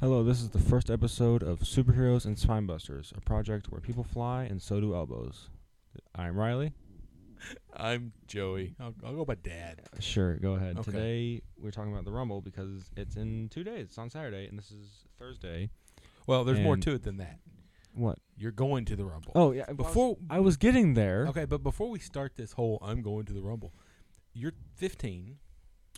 Hello, this is the first episode of Superheroes and Spinebusters, a project where people fly and so do elbows. I'm Riley. I'm Joey. I'll, I'll go by Dad. Sure, go ahead. Okay. Today we're talking about the Rumble because it's in two days. It's on Saturday, and this is Thursday. Well, there's more And- to it than that. What? You're going to the Rumble. Oh yeah. before I was getting there. okay, but before we start this whole "I'm going to the Rumble," you're 15.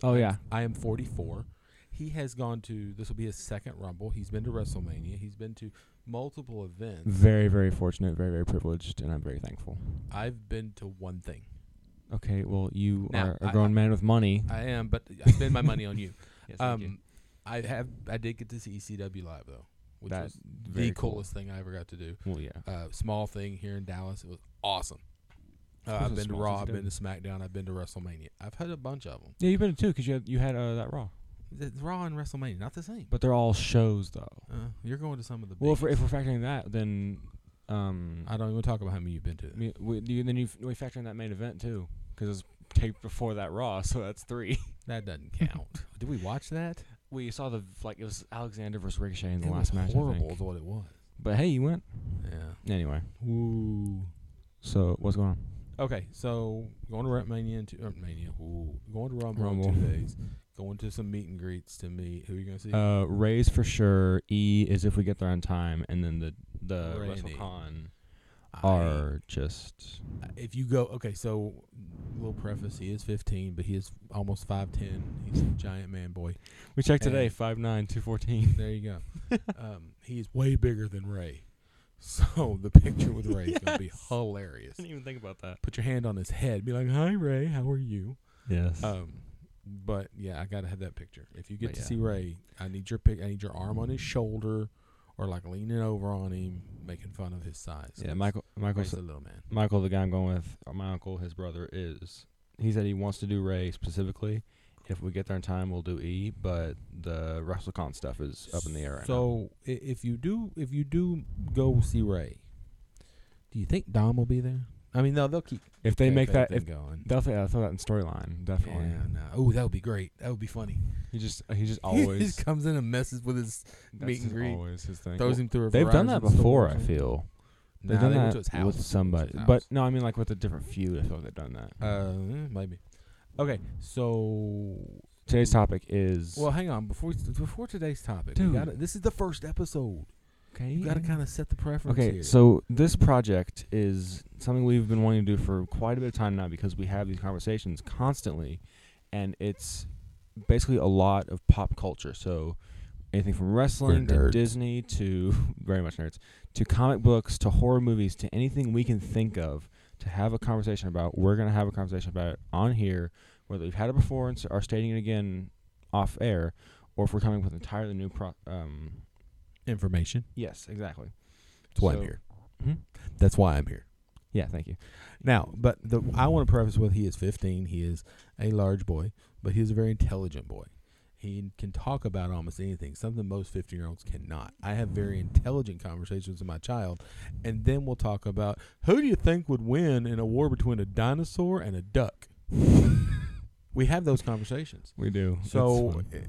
Oh yeah. I am 44. He has gone to this will be his second Rumble. He's been to WrestleMania. He's been to multiple events. Very, very fortunate. Very, very privileged, and I'm very thankful. I've been to one thing. Okay. Well, you Now, are a I- grown I- man with money. I am, but I spend my money on you. Yes, Um, I have. I did get to see ECW live though, which That- was very the cool. coolest thing I ever got to do. Well, yeah. uh, small thing here in Dallas. It was awesome. Uh, What's I've a been to small Raw. I've thing? been to SmackDown. I've been to WrestleMania. I've had a bunch of them. Yeah, you've been to two because you had, you had uh, that Raw, Raw and WrestleMania, not the same. but they're all shows though. Uh, you're going to some of the. Well, if we're, if biggest. we're factoring that, then um, I don't even talk about how many you've been to. Me- we, you, then you f- we factor in that main event too, because it was taped before that Raw, so that's three. That doesn't count. Did we watch that? We saw the like it was Alexander versus Ricochet in the it last was match. I horrible think. is what it was. But hey, you went Yeah. anyway. Ooh. So what's going on? Okay, so going to WrestleMania in two, uh, Mania. Ooh. Going to Rumble, Rumble. in two days. Going to some meet and greets to meet. Who are you gonna see? Uh, Ray's for sure. E is if we get there on time, and then the the Randy. WrestleCon I- are just if you go okay so little preface he is 15 but he is almost 510 he's a giant man boy we checked today, today five nine two fourteen. there you go um, he is way bigger than ray so the picture with ray is going to be hilarious Didn't even think about that. put your hand on his head be like hi ray how are you Yes. um, but yeah i gotta have that picture if you get But to yeah. see ray i need your pic i need your arm on his shoulder or like leaning over on him making fun of his size yeah, Michael. Michael. Ray's s- a little man Michael, the guy I'm going with, uh, my uncle, his brother is. He said he wants to do Ray specifically. If we get there in time, we'll do E. But the WrestleCon stuff is up in the air right now. so i if you do, if you do go see Ray, do you think Dom will be there? I mean, no, they'll keep. if they that make that, thing if going. they'll throw throw that in storyline, definitely. yeah, no. Oh, that would be great. That would be funny. He just he just he always just comes in and messes with his, that's meet and his- greet. always his thing. throws Well, him through a. they've done that Verizon before. store or I something. feel Nah, they've done they went that to his house. with somebody, house. but no, I mean like with a different feud. I feel like they've done that. Uh, maybe. Okay, so Today's topic is well, hang on before we- before today's topic. we Dude. gotta- this is the first episode. okay. You got to kind of set the preference. Okay, here. so this project is something we've been wanting to do for quite a bit of time now because we have these conversations constantly, and it's basically a lot of pop culture. So anything from wrestling to nerds. Disney to very much nerds to comic books to horror movies to anything we can think of to have a conversation about. We're gonna have a conversation about it on here, whether we've had it before and s- are stating it again off air, or if we're coming up with entirely new pro. Um, information. yes, exactly. That's why So- I'm here. Hmm? That's why I'm here. Yeah, thank you. Now, but the, I want to preface with he is 15. He is a large boy, but he is a very intelligent boy. He can talk about almost anything, something most 15 year olds cannot. I have very intelligent conversations with my child, and then we'll talk about who do you think would win in a war between a dinosaur and a duck? we have those conversations. We do. So i-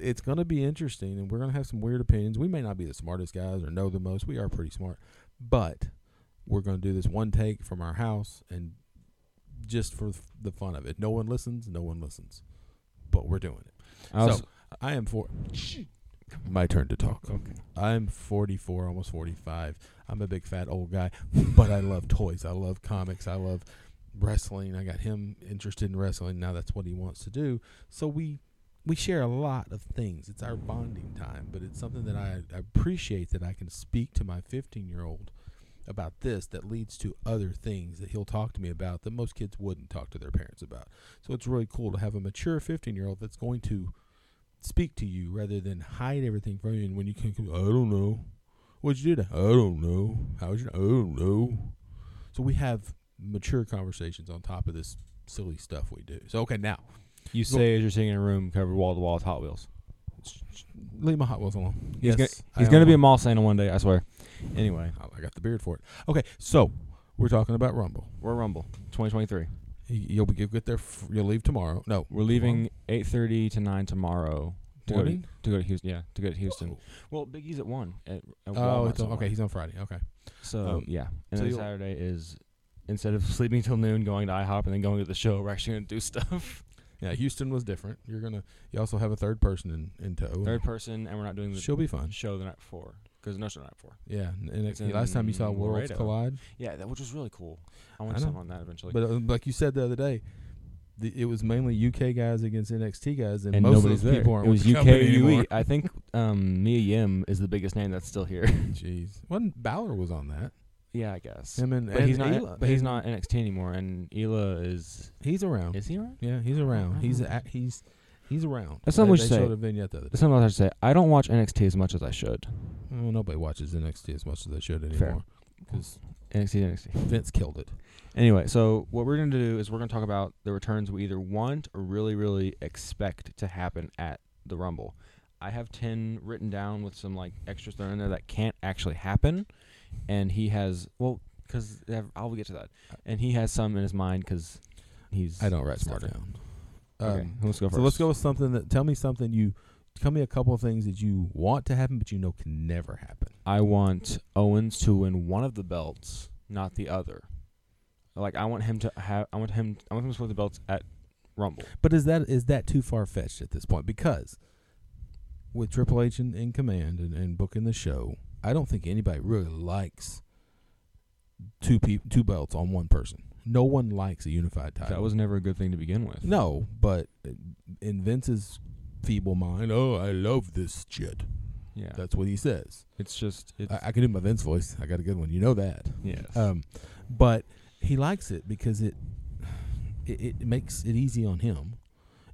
it's going to be interesting, and we're going to have some weird opinions. We may not be the smartest guys or know the most. We are pretty smart, but we're going to do this one take from our house and just for f- the fun of it. No one listens. No one listens, but we're doing it. I was, so I am for. My turn to talk. Okay. I'm 44, almost 45. I'm a big fat old guy, but I love toys. I love comics. I love wrestling. I got him interested in wrestling. Now that's what he wants to do. So we we share a lot of things. It's our bonding time, but it's something that I I appreciate that I can speak to my 15 year old about this that leads to other things that he'll talk to me about that most kids wouldn't talk to their parents about. So it's really cool to have a mature 15 year old that's going to speak to you rather than hide everything from you. And when you can, I don't know. What'd you do? To, I don't know. How would you? I don't know. So we have mature conversations on top of this silly stuff we do. So okay, now you say as you're sitting in a room covered wall to wall with Hot Wheels. leave my Hot Wheels alone. He's Yes, gonna he's I gonna am. be a mall Santa one day, I swear. Anyway, I got the beard for it. Okay, so we're talking about Rumble. we're Rumble 2023. You- You'll be you'll get there. f- You'll leave tomorrow. No, We're leaving 8:30 to 9 tomorrow to go to, Morning? to go to Houston. Yeah, to go to Houston. Oh, Well, Big E's at one. At, at oh Walmart's it's on, at okay. one. He's on Friday. Okay. So Um, yeah, and so then you'll- Saturday is instead of sleeping till noon, going to IHOP, and then going to the show, we're actually gonna do stuff. Yeah, Houston was different. You're gonna. You also have a third person in in tow. Third person, and we're not doing the She'll be fun. show the night before because no show the night before. Yeah, and- and It's it- last time you saw in Worlds Laredo. Collide, Yeah, that which was really cool. I want I to know. something on that eventually. but uh, like you said the other day, the, it was mainly UK guys against NXT guys, and, and most nobody's of those there. people aren't it with was UK the company UE. anymore. E. I think um, Mia Yim is the biggest name that's still here. Jeez, wasn't Balor was on that? yeah, I guess. Him and, But and he's not. Ela. But he's And not NXT anymore, and Ela is. He's around. Is he around? Yeah, he's I around. He's don't- a, he's he's around. Oh. That's not They- much They to say. showed a vignette the other day. That's something I have to say. I don't watch NXT as much as I should. Well, nobody watches NXT as much as they should Fair. anymore because NXT, NXT. Vince killed it. Anyway, so what we're going to do is we're going to talk about the returns we either want or really, really expect to happen at the Rumble. I have 10 written down with some like extras thrown in there that can't actually happen. And he has, well, because I'll get to that. And he has some in his mind because he's. I don't write stuff smart down. Um, Okay, let's go first. So let's go with something that. Tell me something you. Tell me a couple of things that you want to happen, but you know can never happen. I want Owens to win one of the belts, not the other. Like, I want him to have, I want him, I want him to win the belts at Rumble. But is that is that too far fetched at this point? Because with Triple H in, in command and, and booking the show, I don't think anybody really likes two peop two belts on one person. No one likes a unified title. That was never a good thing to begin with. no, but in Vince's feeble mind, oh, I love this shit. Yeah. That's what he says. It's just it's I, I can do my Vince voice. I got a good one. You know that. yes. Um, but he likes it because it, it it makes it easy on him,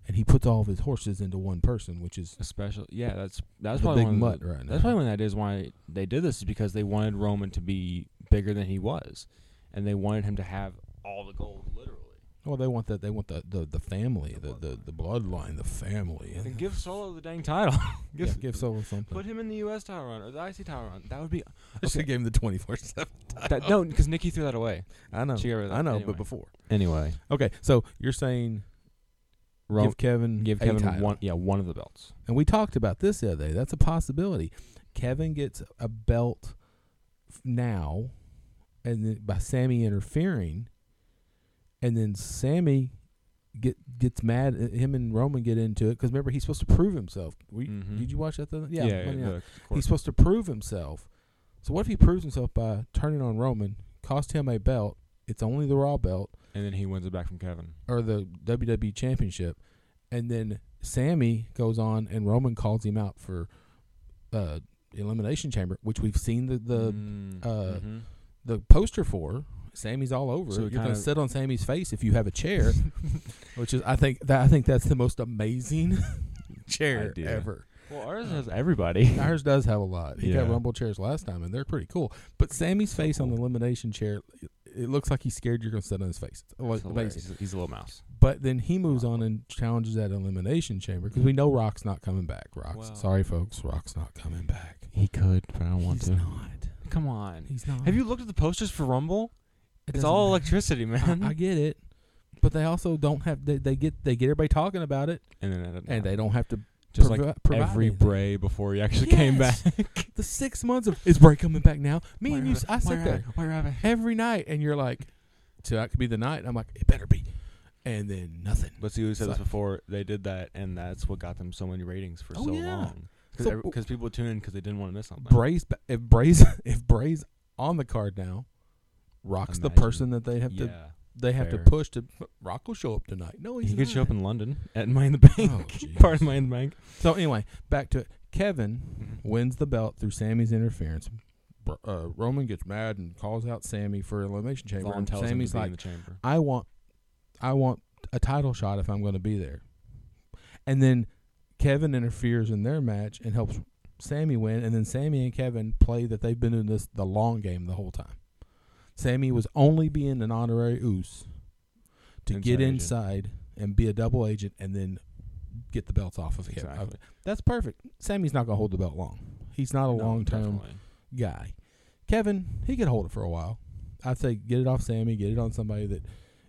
and he puts all of his horses into one person, which is especially yeah. That's that's the probably big one mutt Of the, right now. that's probably one of the ideas why they did this is because they wanted Roman to be bigger than he was, and they wanted him to have all the gold literally. well, they want that. They want the the, the family, the, the the bloodline, the family. And give Solo the dang title. give yeah, give Solo something. put him in the U.S. title run or the IC title run. That would be I should have gave him the twenty four seven. that, no because Nikki threw that away I know. She got rid of that. I know. Anyway. But before. anyway. Okay, so you're saying Ro- give Kevin give a Kevin title. one yeah one of the belts. And we talked about this the other day. That's a possibility. Kevin gets a belt f- now, and then by Sammy interfering, and then Sammy get gets mad. uh, Him and Roman get into it because remember he's supposed to prove himself. We, Mhm. Did you watch that? The, yeah, Monday Night. the- of he's course. supposed to prove himself. So what if he proves himself by turning on Roman, cost him a belt? It's only the Raw belt and then he wins it back from Kevin. or the WWE Championship, and then Sammy goes on and Roman calls him out for uh, Elimination Chamber, which we've seen the the, Mm, uh, mhm. the poster for. Sammy's all over. So it. it You're gonna kinda- sit on Sammy's face if you have a chair, which is I think that I think that's the most amazing chair Idea. ever. Uh, well ours has everybody. Ours does have a lot. He got Yeah. rumble chairs last time, and they're pretty cool. But Sammy's face on the elimination chair, it- it looks like he's scared you're gonna sit on his face. It's It's hilarious. amazing. He's- he's a little mouse. But then he moves on and challenges that elimination chamber because we know Rock's not coming back. Rock's Well- sorry, folks. Rock's not coming back. He could, but I don't want He's to. not. Come on. He's not. Have you looked at the posters for Rumble? It it's doesn't all matter. electricity, man. I, I get it, but they also don't have. They, they get they get everybody talking about it, and then it- and they don't have to just provi- like provide every anything. Bray before he actually came back. Yes. the six months of is Bray coming back now? Me and you, I sit there Why rabbit? every night, and you're like, so that could be the night. I'm like, it better be, and then nothing. But see, we said It's this like- before. They did that, and that's what got them so many ratings for Oh, so yeah. long. So, Because w- people would tune in because they didn't want to miss something. Bray's ba- if Bray's if Bray's on the card now, Rock's the Imagine. person that they have yeah. to they have Fair. to push to Rock will show up tonight. No, he's he could show not. up in London at Money in the Bank. Oh, Part of jeez. Money in the Bank. So anyway, back to it. Kevin Mm-hmm. wins the belt through Sammy's interference. Br- Uh, Roman gets mad and calls out Sammy for elimination chamber. Vaughn And tells him to Sammy's be in like, the chamber. "I want, I want a title shot if I'm going to be there." And then Kevin interferes in their match and helps Sammy win. And then Sammy and Kevin play that they've been in this the long game the whole time. Sammy was only being an honorary oos to Inside get agent. inside and be a double agent and then get the belts off of him. Exactly. That's perfect. Sammy's not gonna hold the belt long. He's not a No, long term definitely. guy. Kevin, he could hold it for a while. I'd say get it off Sammy, get it on somebody that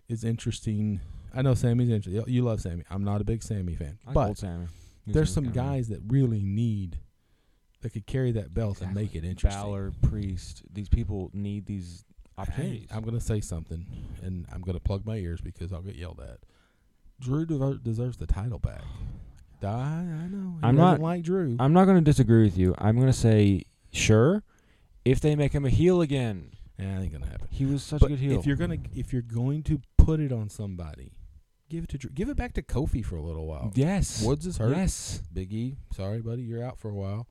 is interesting. I know Sammy's interesting. You love Sammy. I'm not a big Sammy fan, I like but old Sammy. Who's There's some gonna counter? guys that really need that could carry that belt and make it Exactly. interesting. Balor, Priest, these people need these Hey, opportunities. I'm going to say something, and I'm going to plug my ears because I'll get yelled at. Drew dever- deserves the title back. I, I know. He I'm doesn't not- like Drew. I'm not going to disagree with you. I'm going to say sure if they make him a heel again. Yeah, ain't gonna happen. He was such But a good heel. if you're gonna if you're going to put it on somebody, give it to Drew. Give it back to Kofi for a little while. yes, Woods is oh, hurt. yes, Big E, sorry buddy, you're out for a while.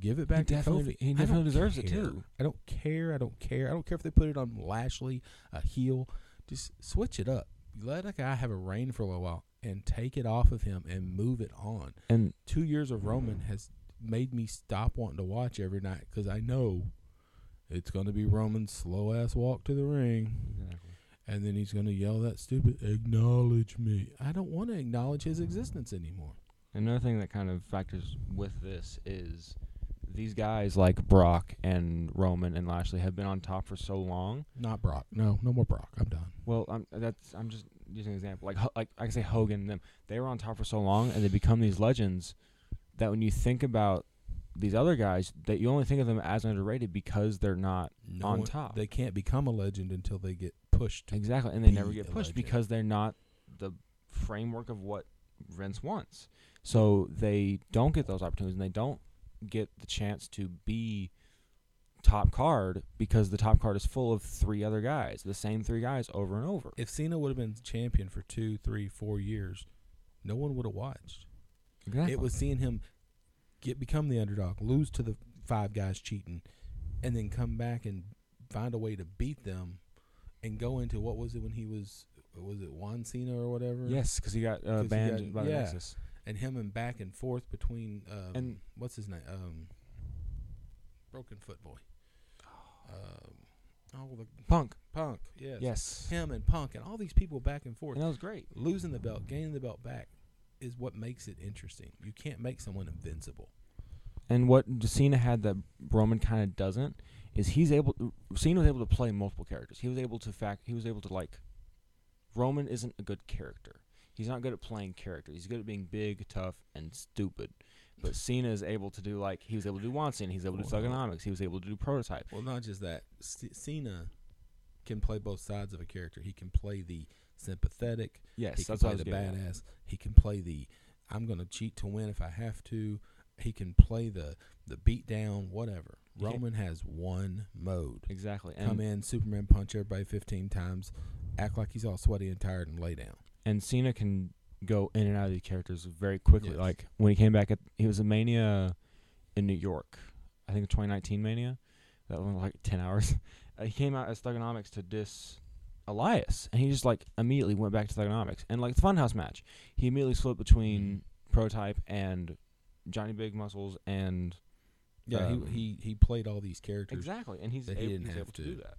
Give it back he to definitely, Kofi. he I definitely don't deserves it care. too. I don't care. I don't care. I don't care if they put it on Lashley, a heel. Just switch it up. Let a guy have a reign for a little while and take it off of him and move it on. And Two years of Roman has made me stop wanting to watch every night because I know it's going to be Roman's slow ass walk to the ring. And then he's going to yell that stupid, acknowledge me. I don't want to acknowledge his existence anymore. another thing that kind of factors with this is these guys like Brock and Roman and Lashley have been on top for so long. Not Brock. No, no more Brock. I'm done. Well, I'm that's I'm just using an example. Like Ho- like I can say Hogan and them. They were on top for so long and they become these legends that when you think about these other guys, that you only think of them as underrated because they're not No On one- top. They can't become a legend until they get pushed exactly and they be never get a pushed legend. because they're not the framework of what Vince wants. So they don't get those opportunities and they don't get the chance to be top card because the top card is full of three other guys, the same three guys over and over. if Cena would have been champion for two, three, four years, no one would have watched. Exactly. It was seeing him get become the underdog, lose to the five guys cheating, and then come back and find a way to beat them, and go into what was it when he was was it Juan Cena or whatever? Yes, because he got uh, 'Cause he banned got- by the yeah. Nexus. and him and back and forth between um, And- what's his name? Um, Broken Foot Boy. Um, oh, the Punk. Punk. Yes. Yes. Him and Punk and all these people back and forth. And that was great. losing the belt, gaining the belt back is what makes it interesting. You can't make someone invincible. And what Cena had that Roman kind of doesn't is he's able. Cena was able to play multiple characters. He was able to fact. He was able to like. Roman isn't a good character. He's not good at playing characters. He's good at being big, tough, and stupid. But Cena is able to do like he was able to do one Cena. He's able to do Well- thugonomics. He was able to do prototype. Well, not just that. C- Cena can play both sides of a character. He can play the sympathetic. Yes, he can that's what I play was the getting at. badass. He can play the I'm going to cheat to win if I have to. He can play the the beat down, whatever. He can- Roman has one mode. Exactly. And Come in, Superman punch everybody 15 times, act like he's all sweaty and tired, and lay down. and Cena can go in and out of these characters very quickly. Yes. Like when he came back at he was a Mania in New York, I think 2019 Mania. That one was like 10 hours. Uh, he came out as Thugonomics to diss Elias, and he just like immediately went back to Thugonomics and like the Funhouse match. He immediately split between Prototype and Johnny Big Muscles and Yeah, Um, he, he he played all these characters. exactly, and he's, That he ab- didn't he's have able to. to. do that.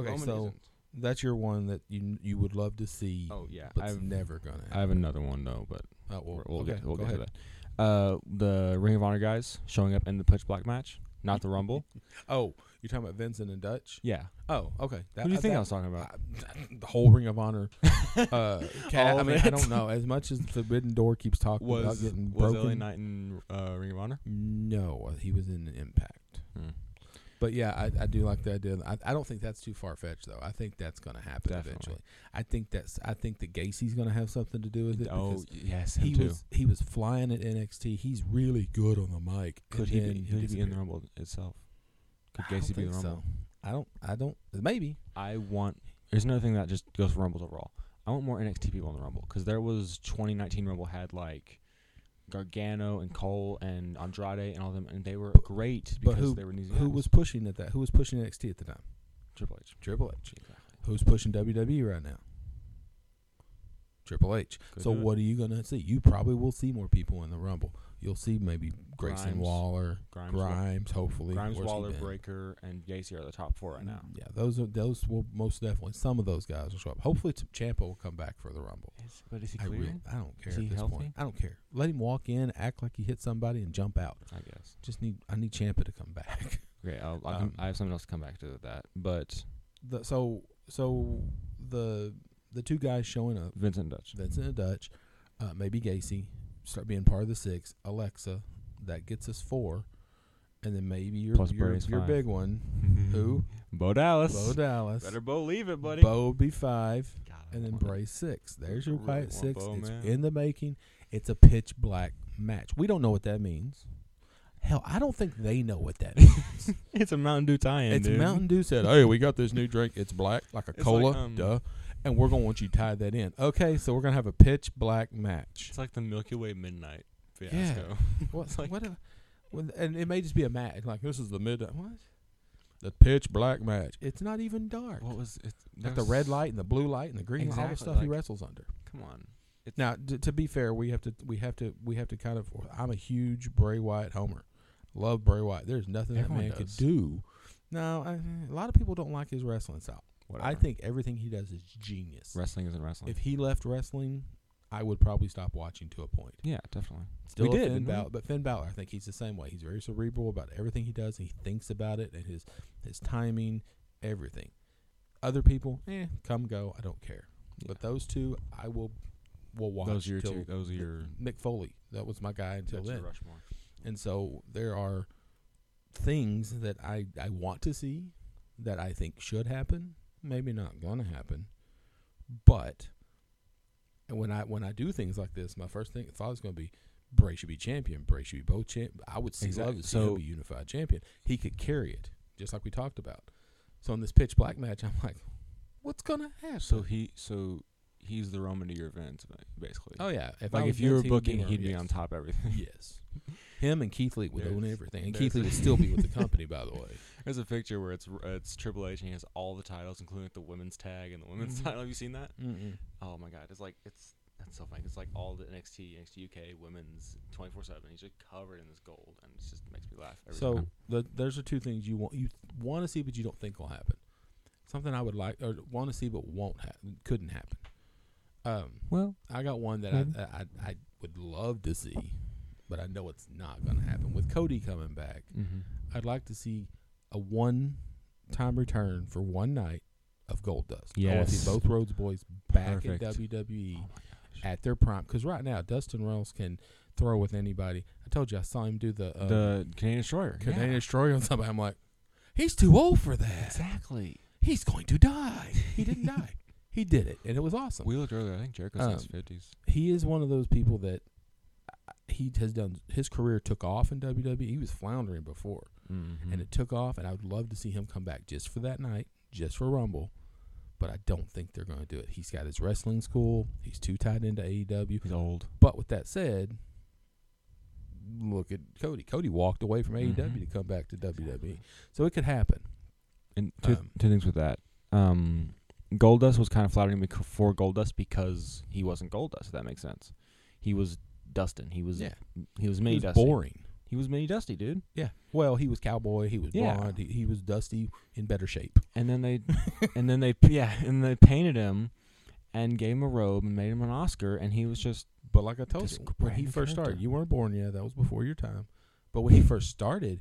Okay, Roman so isn't. That's your one that you you would love to see, oh yeah, but it's I've, never gonna. I Happen. have another one though, but. Oh, well, We'll, we'll okay, get, we'll go get to ahead. that. Uh, the Ring of Honor guys showing up in the Pitch Black match, not the Rumble. Oh, you're talking about Vincent and Dutch. Yeah. Oh, okay. That, Who do you uh, think I that- was talking about? I- the whole Ring of Honor. uh, cat, All I of mean, I it. don't know. As much as Forbidden Door keeps talking about getting broken, Knight in uh, Ring of Honor? no, uh, he was in Impact. Hmm. But yeah, I, I do like the idea. I, I don't think that's too far fetched though. I think that's gonna happen Definitely. eventually. I think that's. I think that Gacy's gonna have something to do with it. Oh because yes, him He too. was he was flying at NXT. He's really good on the mic. could and he then be, could he be in disappeared. the Rumble itself? Could I don't Gacy be in the think so. Rumble? I don't. I don't. Maybe. I want. There's another thing that just goes for Rumbles overall. I want more NXT people in the Rumble because there was 2019 Rumble had like Gargano and Cole and Andrade and all them, and they were But- great but because who- they were new Who guys. was pushing at that? Who was pushing NXT at the time? Triple H? Triple H. Exactly. Who's pushing WWE right now? Triple H. Could so do it. what are you gonna see? You probably will see more people in the Rumble. You'll see maybe Grayson Grimes. Waller, Grimes, Grimes, hopefully. Grimes, Where's he Waller, been? Breaker, and Gacy are the top four right now. Yeah, those are those will most definitely some of those guys will show up. Hopefully, T- Ciampa will come back for the Rumble. but is he I, clear? really, I don't care Is he at this healthy? point. I don't care. Let him walk in, act like he hit somebody, and jump out. I guess. Just need I need Ciampa to come back. Okay, I'll, I'll Um, come, I have something else to come back to with that. But the, so so the the two guys showing up, Vincent Dutch. Vincent and Dutch, uh, maybe Gacy, start being part of the six. Alexa, that gets us four, and then maybe your Plus your, Brady's your five. big one, who Mm-hmm. Bo Dallas. Bo Dallas, Better believe it, buddy. Bo be five, and then Bray. Bray six. There's I your really quiet want six. Bo, it's man. in the making. It's a pitch black match. We don't know what that means. Hell, I don't think they know what that means. It's a Mountain Dew tie-in. it's dude. Mountain Dew said, "Hey, we got this new drink. It's black, like a It's like, cola, um, duh." And we're gonna want you to tie that in. Okay, so we're gonna have a pitch black match. It's like the Milky Way midnight Yeah. fiasco. What? It's like- what? A, when, and it may just be a match. Like this is the mid. What? The pitch black match. It's not even dark. What was it? like the red light and the blue light and the green light, all the Exactly, stuff he like- wrestles under. Come on. It's Now, d- to be fair, we have to we have to we have to kind of. I'm a huge Bray Wyatt homer. Love Bray Wyatt. There's nothing Everyone that man does. could do. No, I- a lot of people don't like his wrestling style. whatever. I think everything he does is genius. wrestling isn't wrestling. If he left wrestling, I would probably stop watching to a point. yeah, definitely. We Still a did, Finn didn't we? Balor, but Finn Balor, I think he's the same way. He's very cerebral about everything he does. And he thinks about it and his his timing, everything. Other people, eh, come go. I don't care. But Yeah. those two, I will will watch. those are your till two. Those are your. Mick Foley. That was my guy until that's your then. Rushmore. And so there are things that I I want to see that I think should happen. Maybe not gonna happen, but and when I when I do things like this, my first thing thought is gonna be Bray should be champion. Bray should be both champ. I would see love Exact- to see him so- be unified champion. He could carry it just like we talked about. So in this pitch black match, I'm like, what's gonna happen? So he. So he's the Roman to your events, ba- basically. oh yeah, if I like was if you were Vince, he would booking, Roman, he'd be yes. on top of everything. Yes. Him and Keith Lee would own There's- everything. And there's Keith Lee a- would still be with the company, by the way. There's a picture where it's r- uh, it's Triple H and he has all the titles, including like, the women's tag and the women's Mhm. title. Have you seen that? Mm-mm. Oh my god, it's like it's that's so funny. It's like all the NXT, NXT UK women's twenty four seven. He's just covered in this gold, and it just makes me laugh. Every So time. the, those are two things you want you want to see, but you don't think will happen. Something I would like or want to see, but won't happen, couldn't happen. Um, well, I got one that Maybe. I, I I would love to see, but I know it's not going to happen. With Cody coming back, I'd like to see a one time return for one night of Gold Dust. I want to Yes. see both Rhodes boys back in E. Perfect. WWE. oh at their prime. Because right now, Dustin Rhodes can throw with anybody. I told you I saw him do the, uh, the Canadian Destroyer, Canadian destroyer on somebody. I'm like, he's too old for that. exactly. He's going to die. He didn't die. He did it, and it was awesome. We looked earlier. I think Jericho's in his Um, fifties. he is one of those people that uh, he has done. His career took off in WWE. He was floundering before, and Mm-hmm. it took off. And I would love to see him come back just for that night, just for Rumble. But I don't think they're going to do it. He's got his wrestling school. He's too tied into E AEW. he's old. But with that said, look at Cody. Cody walked away from AEW Mhm. to come back to WWE, so it could happen. And two, Um, two things with that. Um, Goldust was kind of flattering me c- for Goldust because he wasn't Goldust. If that makes sense. He was Dustin. He was Yeah. he was He mini was Dusty. boring. He was mini Dusty, dude. Yeah. Well, he was cowboy. He was Yeah. blonde. He, he was dusty in better shape. and then they and then they yeah and they painted him and gave him a robe and made him an oscar and he was just But like I told Just you, when he brand new first started, character. you weren't born yet. That was before your time. But when he first started,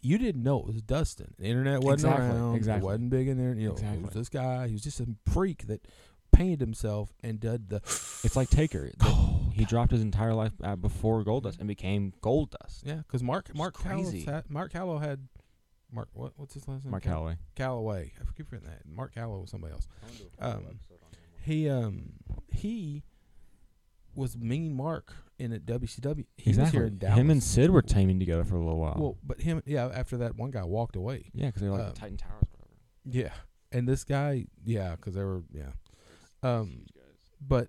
you didn't know it was Dustin. The internet wasn't Exactly, around. it exactly. wasn't big in there. You know, it Exactly. was this guy. He was just a freak that painted himself and did the. it's like Taker The- he dropped his entire life uh, before Goldust and became Goldust Yeah, because Mark It's Mark crazy. crazy. Had, Mark Callow had Mark what what's his last name? Mark Cal- Calloway Calloway. I keep forgetting that. Mark Callow was somebody else. Um, He um he was mean Mark in at WCW. He was exactly here in Dallas. him and Sid were teaming together for a little while well, but him yeah. After that, one guy walked away. yeah because they were like um, the Titan Towers or whatever Yeah, and this guy yeah, because they were yeah. Um, Huge guys. but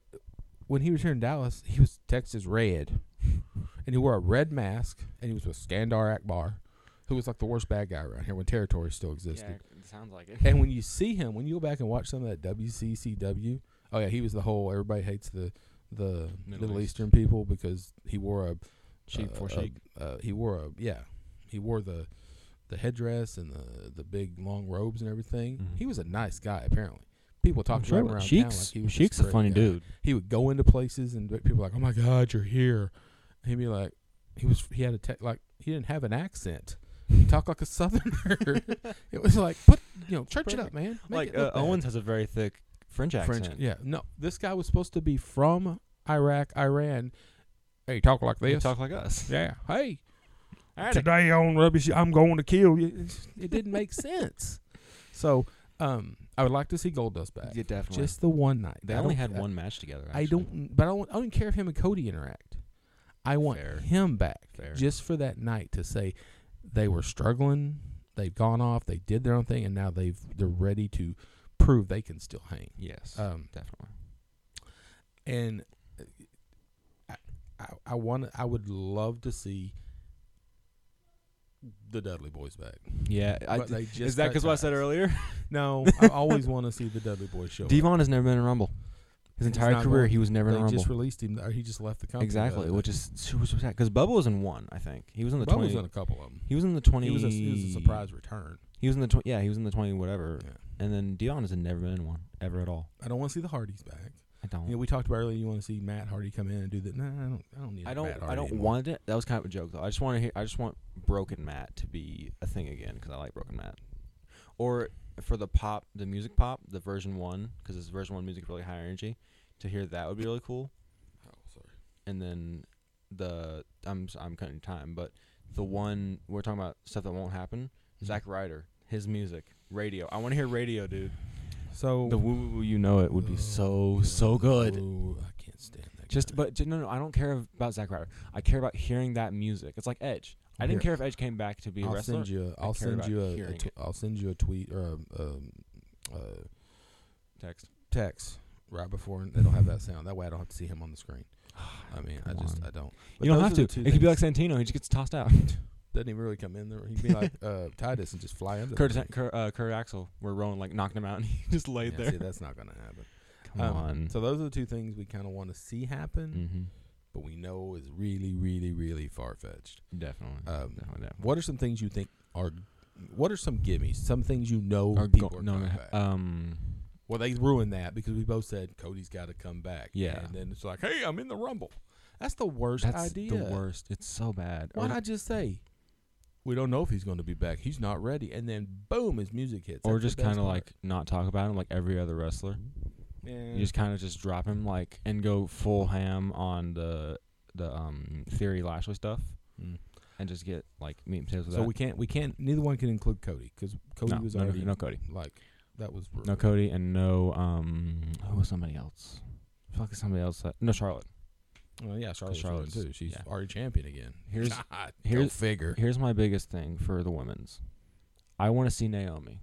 when he was here in Dallas, he was Texas Red, and he wore a red mask, and he was with Skandar Akbar, who was like the worst bad guy around here when territory still existed. yeah it sounds like it And when you see him, when you go back and watch some of that WCCW, oh yeah, he was the whole everybody hates the the Middle Middle, East. Eastern people because he wore a cheap uh, for a- chic uh, he wore a yeah, he wore the the headdress and the the big long robes and everything. Mhm. He was a nice guy apparently. People talked to him around town like Sheik's he was this Sheik's a great funny guy. dude He would go into places and people were like, "Oh my God, you're here," and he'd be like, "He was he had a te- like he didn't have an accent." He talked like a southerner. it was like, put you know, church it up, man. Make like it uh, look bad. Owens has a very thick French accent French. Yeah, no, this guy was supposed to be from Iraq, Iran, Hey, talk like They this. talk like us. yeah. Hey, Alrighty. today on rubbish, I'm going to kill you. It's- It didn't make sense. So, um, I would like to see Gold Dust back. Yeah, definitely. Just the one night. they I only don't- had I- one match together. I actually. don't, but I don't, I don't care if him and Cody interact. I want Fair. him back Fair. just for that night to say they were struggling, they've gone off, they did their own thing, and now they've they're ready to prove they can still hang. Yes. Um, definitely. and uh, I, I, I want, I would love to see the Dudley Boys back. Yeah. I but d- they just is that cut because what I said ties. earlier? No, I always want to see the Dudley Boys show. up. Devon has never been in a Rumble. His He's entire not career, going. he was never in a they Rumble. just released him, or he just left the company. exactly, which is super super sad. Because Bubba was in one, I think. He was in the Bubba twenty. was in a couple of them. he was in the twenty. It was a, it was a surprise return. He was in the twenty. Yeah, he was in the twenty whatever. And then Dion has never been in one ever at all. I don't want to see the Hardys back. I don't. You know, we talked about earlier. You want to see Matt Hardy come in and do that? No, I don't. I don't need. I a don't. Matt Hardy I don't anymore. want it. That was kind of a joke though. I just want to hear. I just want Broken Matt to be a thing again because I like Broken Matt. Or for the pop, the music pop, the version one because it's version one music really high energy. To hear that would be really cool. Oh, sorry. And then the I'm s- I'm cutting time, but the one we're talking about stuff that won't happen. Zach Ryder, his music, radio. I want to hear radio, dude. So The woo woo woo, you know it would be so Oh, so good. ooh, I can't stand that. Just, guy. but ju- no, no, I don't care about Zack Ryder. I care about hearing that music. It's like Edge. I didn't Here. care if Edge came back to be a I'll wrestler. send you. A, I I'll care send about you a. a hearing tw- it. I'll send you a tweet or a um, uh, Text. text right before, and it'll have that sound. That way, I don't have to see him on the screen. I mean, I Come just on. I don't. you don't those have are to. the It two could be like things. Santino. He just gets tossed out. Doesn't even really come in there. He'd be like uh, Titus and just fly under. Kurt, there. Kurt, uh, Kurt Axel, where Rowan like knocked him out and he just laid Yeah, there. See, that's not going to happen. Come Um, on. So those are the two things we kind of want to see happen, hmm but we know is really, really, really far fetched. Definitely. Um, Definitely. definitely. What are some things you think are? What are some gimmies? Some things you know Or people go- are no, coming no, back. um, well, they ruined that because we both said Cody's got to come back. Yeah. and then it's like, hey, I'm in the Rumble. That's the worst that's idea. the worst. It's so bad. Why Or, not just say? We don't know if he's going to be back. He's not ready. And then boom, his music hits. or That's the just best kind of part. like not talk about him like every other wrestler. Eh. You just kind of just drop him like and go full ham on the the um theory Lashley stuff Mm. and just get like meat and potatoes with So that. we can't. We can't. Neither one can include Cody because Cody no, was no, no, already no Cody, like that was no Cody, and no um who was somebody else? Fuck somebody else. That, no Charlotte. Well, yeah, Charlotte's, Charlotte's- women, too. She's yeah. already champion again. Here's- God, here's- go figure. Here's my biggest thing for the women's. I want to see Naomi,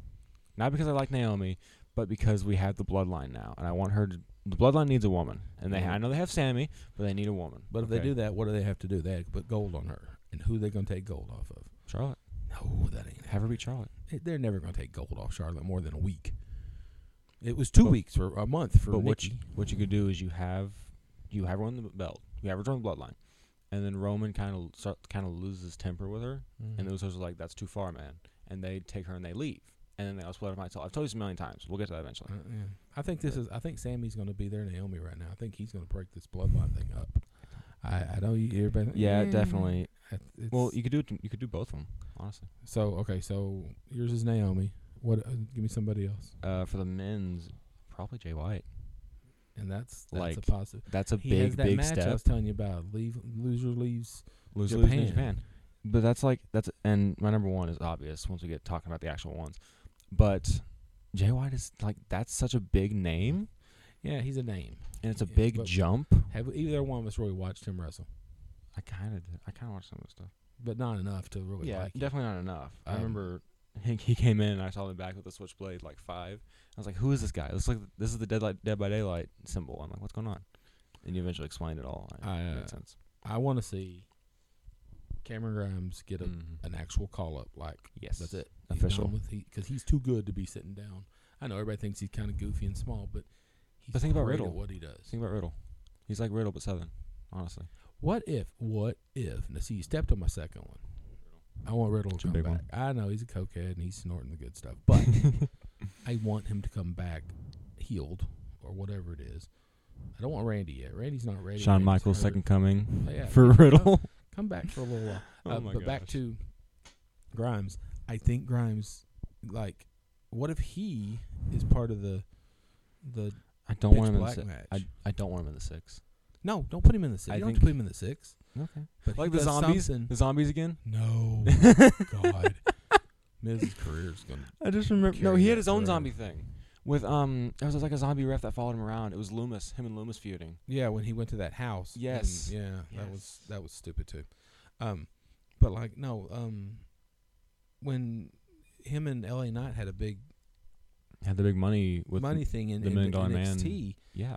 not because I like Naomi, but because we have the bloodline now, and I want her to. The bloodline needs a woman, and they. I Mhm. know they have Sammy, but they need a woman. But if they do that, what do they have to do? They have to put gold on her, and who they gonna take gold off of? Charlotte, No, that ain't. have her beat Charlotte. It. They're never gonna take gold off Charlotte more than a week. It was two But- weeks or a month for but what Nikki. what you could do is you have you have her on the belt, you have her join the bloodline, and then Roman kind of start kind of loses temper with her, and those are like, "That's too far, man," and they take her and they leave, and then they all split up. Myself, I've told you this a million times. We'll get to that eventually. Uh, yeah. I think this is. I think Sammy's gonna be there, Naomi right now. I think he's gonna break this bloodline thing up. I, I know you. Everybody. Yeah, Eh, definitely. I- It's, Well, you could do it. You could do both of them, honestly. so okay. So yours is Naomi. What? Uh, give me somebody else. Uh, for the men's, probably Jay White. And that's that's a Like, positive. That's a he big, has that big match I step. was telling you about. Leave loser leaves. Lose, lose in Japan. Japan. But that's like that's and my number one is obvious once we get talking about the actual ones. But Jay White is like that's such a big name. Yeah, he's a name. and it's a Yeah, big but- jump. Have either one of us really watched him wrestle? I kind of did. I kind of watched some of the stuff. But not enough to really yeah, like. him. definitely not enough. I Um, remember he, he came in and I saw him back with the switchblade like five. I was like, "Who is this guy? Looks like this is the Dead, Light, Dead by Daylight symbol." I'm like, "What's going on?" And you eventually explained it all. I, it I, uh, makes sense. I want to see Cameron Grimes get a, Mhm. an actual call up. Like Yes, that's it. Official. Because he's too good to be sitting down. I know everybody thinks he's kind of goofy and small, but he's But think about great at Riddle. What he does. Think about Riddle. He's like Riddle but Southern, honestly. What if? What if? Now, see, you stepped on my second one. I want Riddle to a come big back. one. I know he's a cokehead and he's snorting the good stuff, but I want him to come back healed or whatever it is. I don't want Randy yet. Randy's not ready. Shawn Randy's Michaels hurt. second coming Oh, yeah. for Riddle. Come back for a little while. oh Uh, my but back gosh. to Grimes. I think Grimes, like, what if he is part of the the I don't pitch want him in the black six. match? I, I don't want him in the six. No, don't put him in the six. I you don't have to think- put him in the six. Okay. But he Like the does zombies? something- The zombies again? No, God, Miz's career's gonna. I just remember. No, Carry he that had his own forever. zombie thing. With um, it was like a zombie ref that followed him around. It was Loomis, him and Loomis feuding. Yeah, when he went to that house. and- Yes. yeah, that was Yes. that was stupid too. Um, but like no, um, when him and L.A. Knight had a big Had the big money with money thing in, the in, Million in Dollar Man. NXT, Yeah,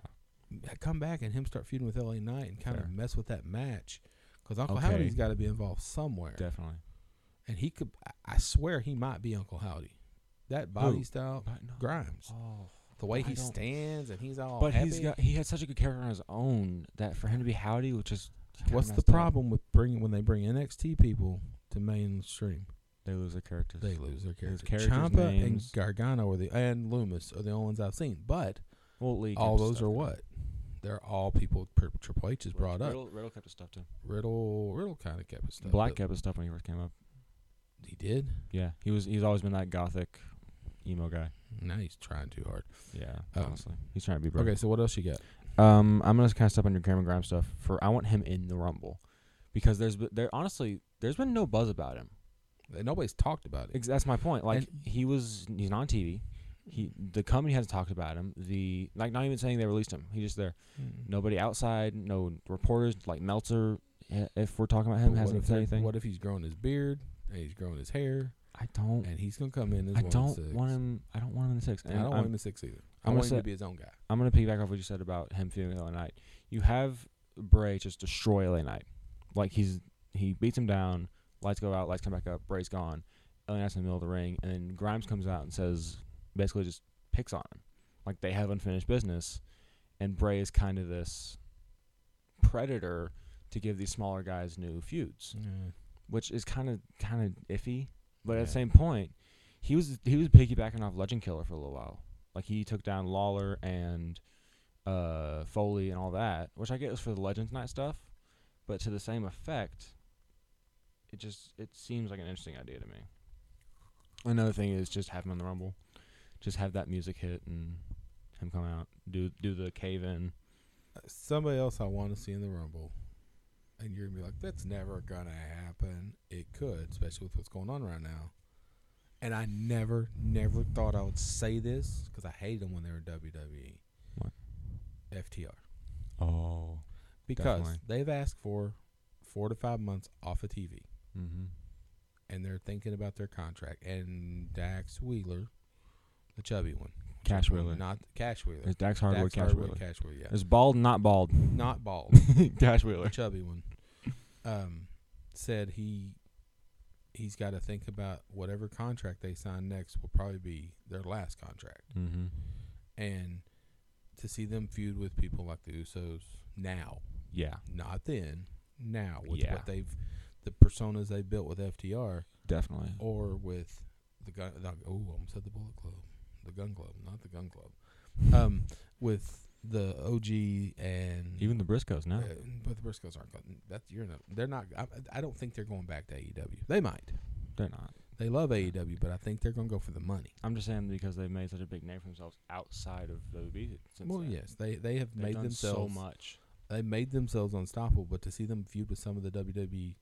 come back and him start feuding with L.A. Knight and kind Fair. of mess with that match because Uncle Okay. Howdy's got to be involved somewhere, definitely. and he could. I- I swear he might be Uncle Howdy. That body Who? style, But no. Grimes, Oh. the way I he don't- stands and he's all. But he's happy. got he had such a good character on his own that for him to be Howdy, which is kinda What's the messed up. problem with bringing when they bring NXT people to mainstream? They lose their characters. They lose their There's characters. characters' Champa and names. Gargano are the and Loomis are the only ones I've seen. But well, Lee all kept his those stuff are in. what? They're all people per, Triple H has Riddle- brought up. Riddle, Riddle kept his stuff too. Riddle, Riddle kind of kept his stuff. Black but kept his stuff when he first came up. he did. Yeah, he was. He's always been that gothic, emo guy. Now he's trying too hard. Yeah, Um, honestly, he's trying to be broke. Okay, so what else you got? Um, I'm gonna kind of step on your Cameron Grimes stuff for I want him in the Rumble because there's be- there honestly there's been no buzz about him. Uh, Nobody's talked about it. Ex- that's my point. Like he was he's not on TV. He the company hasn't talked about him. The like not even saying they released him. He just there. Nobody outside. No reporters like Meltzer. i- If we're talking about But him, what hasn't if said they're- anything. What if he's growing his beard and he's growing his hair I don't. and he's gonna come in as I one of don't six. want him. I don't want him in the six. I And don't I'm- want him to six either. I I'm gonna want him say- to be his own guy. I'm gonna piggyback off what you said about him feeling LA Knight. You have Bray just destroy LA Knight. Like he's he beats him down, lights go out, lights come back up, Bray's gone, LA Knight's in the middle of the ring, and then Grimes comes out and says basically just picks on him. Like they have unfinished business and Bray is kind of this predator to give these smaller guys new feuds which is kind of kind of iffy. But at Yeah. the same point, he was he was piggybacking off Legend Killer for a little while. Like he took down Lawler and uh, Foley and all that, which I get was for the Legends Night stuff. But to the same effect, it just it seems like an interesting idea to me. Another thing is just have him in the Rumble, just have that music hit and him come out do do the cave in. Uh, somebody else I want to see in the Rumble, and you're gonna be like, "That's never gonna happen." It could, especially with what's going on right now. And I never, never thought I would say this because I hated them when they were in E. WWE. What? FTR Oh, because Definitely. they've asked for four to five months off of TV, mm-hmm. and they're thinking about their contract. And Dax Wheeler, the chubby one, Cash Chubby one, Wheeler. not Cash Wheeler, There's Dax Hardwood, Dax Cash Hardwood, Wheeler. Cash Wheeler, yeah, There's bald, and not bald, not bald. Cash the Wheeler. chubby one, um, said he he's got to think about whatever contract they sign next will probably be their last contract, Mm-hmm. and to see them feud with people like the Usos now, Yeah, not then, now with Yeah. what they've the personas they built with FTR definitely. or with the gun. The, oh, I almost said the Bullet Club, the Gun Club, not the Gun Club. Um, with the OG and Even the Briscoes now. uh, but the Briscoes aren't going. That you're not. They're not. I, I don't think they're going back to AEW. They might. They're not. They love AEW, but I think they're going to go for the money. I'm just saying because they've made such a big name for themselves outside of WWE. Since well, then. yes, they they have They've made done themselves. so much. They made themselves unstoppable, but to see them feud with some of the WWE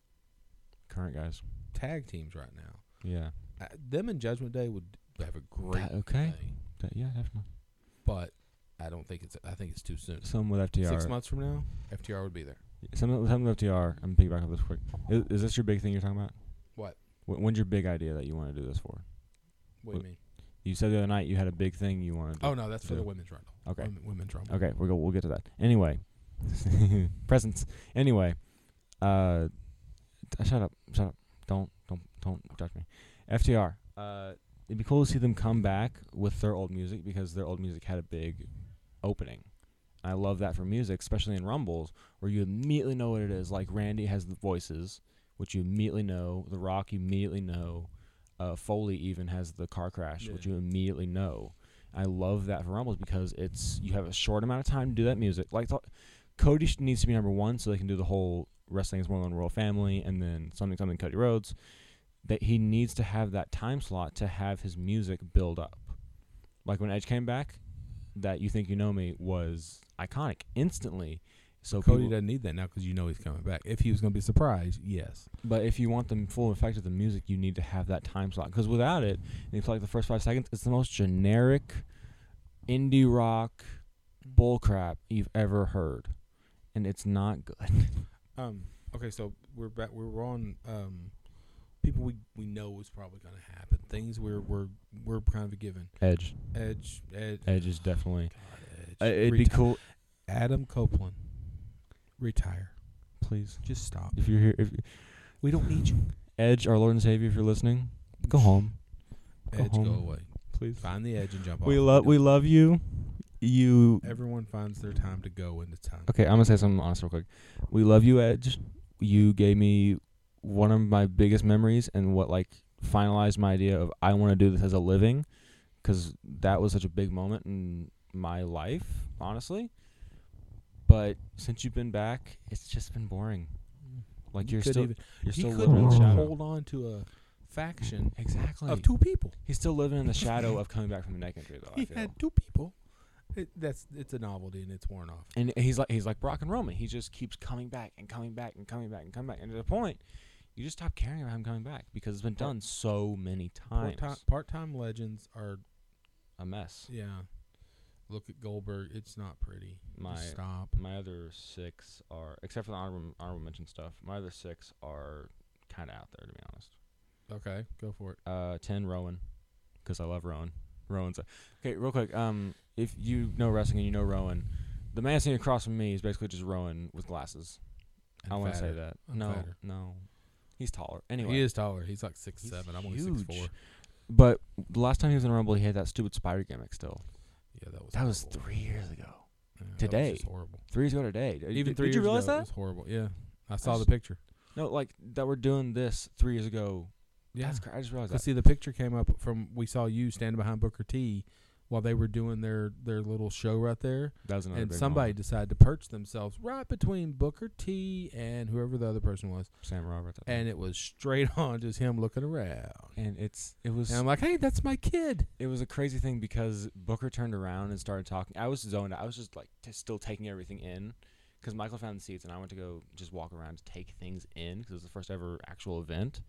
Current guys. tag teams right now, Yeah. uh, them and Judgment Day would have a great That- okay. day, That- yeah, definitely. but I don't think it's. I think it's too soon. Some with FTR. Six months from now, FTR would be there. Some, some with FTR. I'm picking back up this quick. Is, is this your big thing you're talking about? What? Wh- When's your big idea that you want to do this for? What do Wh- you mean? You said the other night you had a big thing you wanted. To Oh no, that's for Yeah. the women's rumble. Okay. Women- women's rumble. Okay, we'll go, we'll get to that. Anyway, presents. Anyway, uh, t- shut up, shut up. Don't don't don't judge me. FTR. Uh, it'd be cool to see them come back with their old music because their old music had a big opening. I love that for music, especially in rumbles where you immediately know what it is. Like Randy has the voices, which you immediately know. The Rock, you immediately know. Uh, Foley even has the car crash, which Yeah. you immediately know. I love that for rumbles because it's you have a short amount of time to do that music. Like th- Cody sh- needs to be number one so they can do the whole wrestling is more than royal family and then something something Cody Rhodes. That he needs to have that time slot to have his music build up. Like when Edge came back, that you think you know me was iconic instantly So Cody people- doesn't need that now because you know he's coming back. If he was going to be surprised, yes. But if you want the full effect of the music, you need to have that time slot. Because without it, and you play like the first five seconds, it's the most generic indie rock bullcrap you've ever heard, and it's not good. Um. Okay, so we're back. We're on um, people we, we know is probably going to happen. Things we're we're we're kind of given. Edge, Edge, Edge, Edge is definitely. God, Edge. it'd be Reti- cool, Adam Copeland, retire. please. Just stop. If you're here, if We don't need you. Edge, our Lord and Savior, if you're listening, go home, Go Edge, go, home. away. please. Find the edge and jump off. We love, we love you. You Everyone finds their time to go when it's time. Okay, I'm gonna say something honest real quick. We love you, Edge. You gave me one of my biggest memories and what like finalized my idea of I want to do this as a living, because that was such a big moment in my life, honestly. But since you've been back, it's just been boring. Like Mm. You you're couldn't still even- you're he still living in couldn't the shadow. hold on to a faction Exactly. of two people. He's still living in the shadow of coming back from the neck injury, though. I He feel. had two people. It, that's it's a novelty and it's worn off. and he's like he's like Brock and Roman. He just keeps coming back and coming back and coming back and coming back. And to the point, you just stop caring about him coming back because it's been Part- done so many times. Part-time, part-time legends are A mess. yeah. Look at Goldberg. It's not pretty. Just My stop. my other six are except for the honorable honorable mention stuff. My other six are kind of out there to be honest. Okay, go for it. Uh, ten Rowan, because I love Rowan. Rowan's a, okay. Real quick, um, if you know wrestling and you know Rowan, the man sitting across from me is basically just Rowan with glasses. And I want to say fatter. that. And no, fatter. no, he's taller. Anyway, He is taller. He's like six He's seven. I'm only six four. huge. But the last time he was in Rumble, he had that stupid spider gimmick still. Yeah, that was That was horrible. three years ago. Yeah, that was today. just horrible. Three years ago today. Did- Even did, three did years you realize ago, it that? was horrible. Yeah, I saw just- the picture. No, like that we're doing this three years ago. Yeah, That's cra- I just realized Cause that. see, the picture came up from we saw you standing behind Booker T while they were doing their their little show right there, That was another and big somebody moment. decided to perch themselves right between Booker T and whoever the other person was, Sam Roberts. I think. and it was straight on just him looking around. and it's it was And I'm like, hey, that's my kid. it was a crazy thing because Booker turned around and started talking. I was zoned. out. I was just like t- still taking everything in because Michael found the seats and I went to go just walk around to take things in because it was the first ever actual event.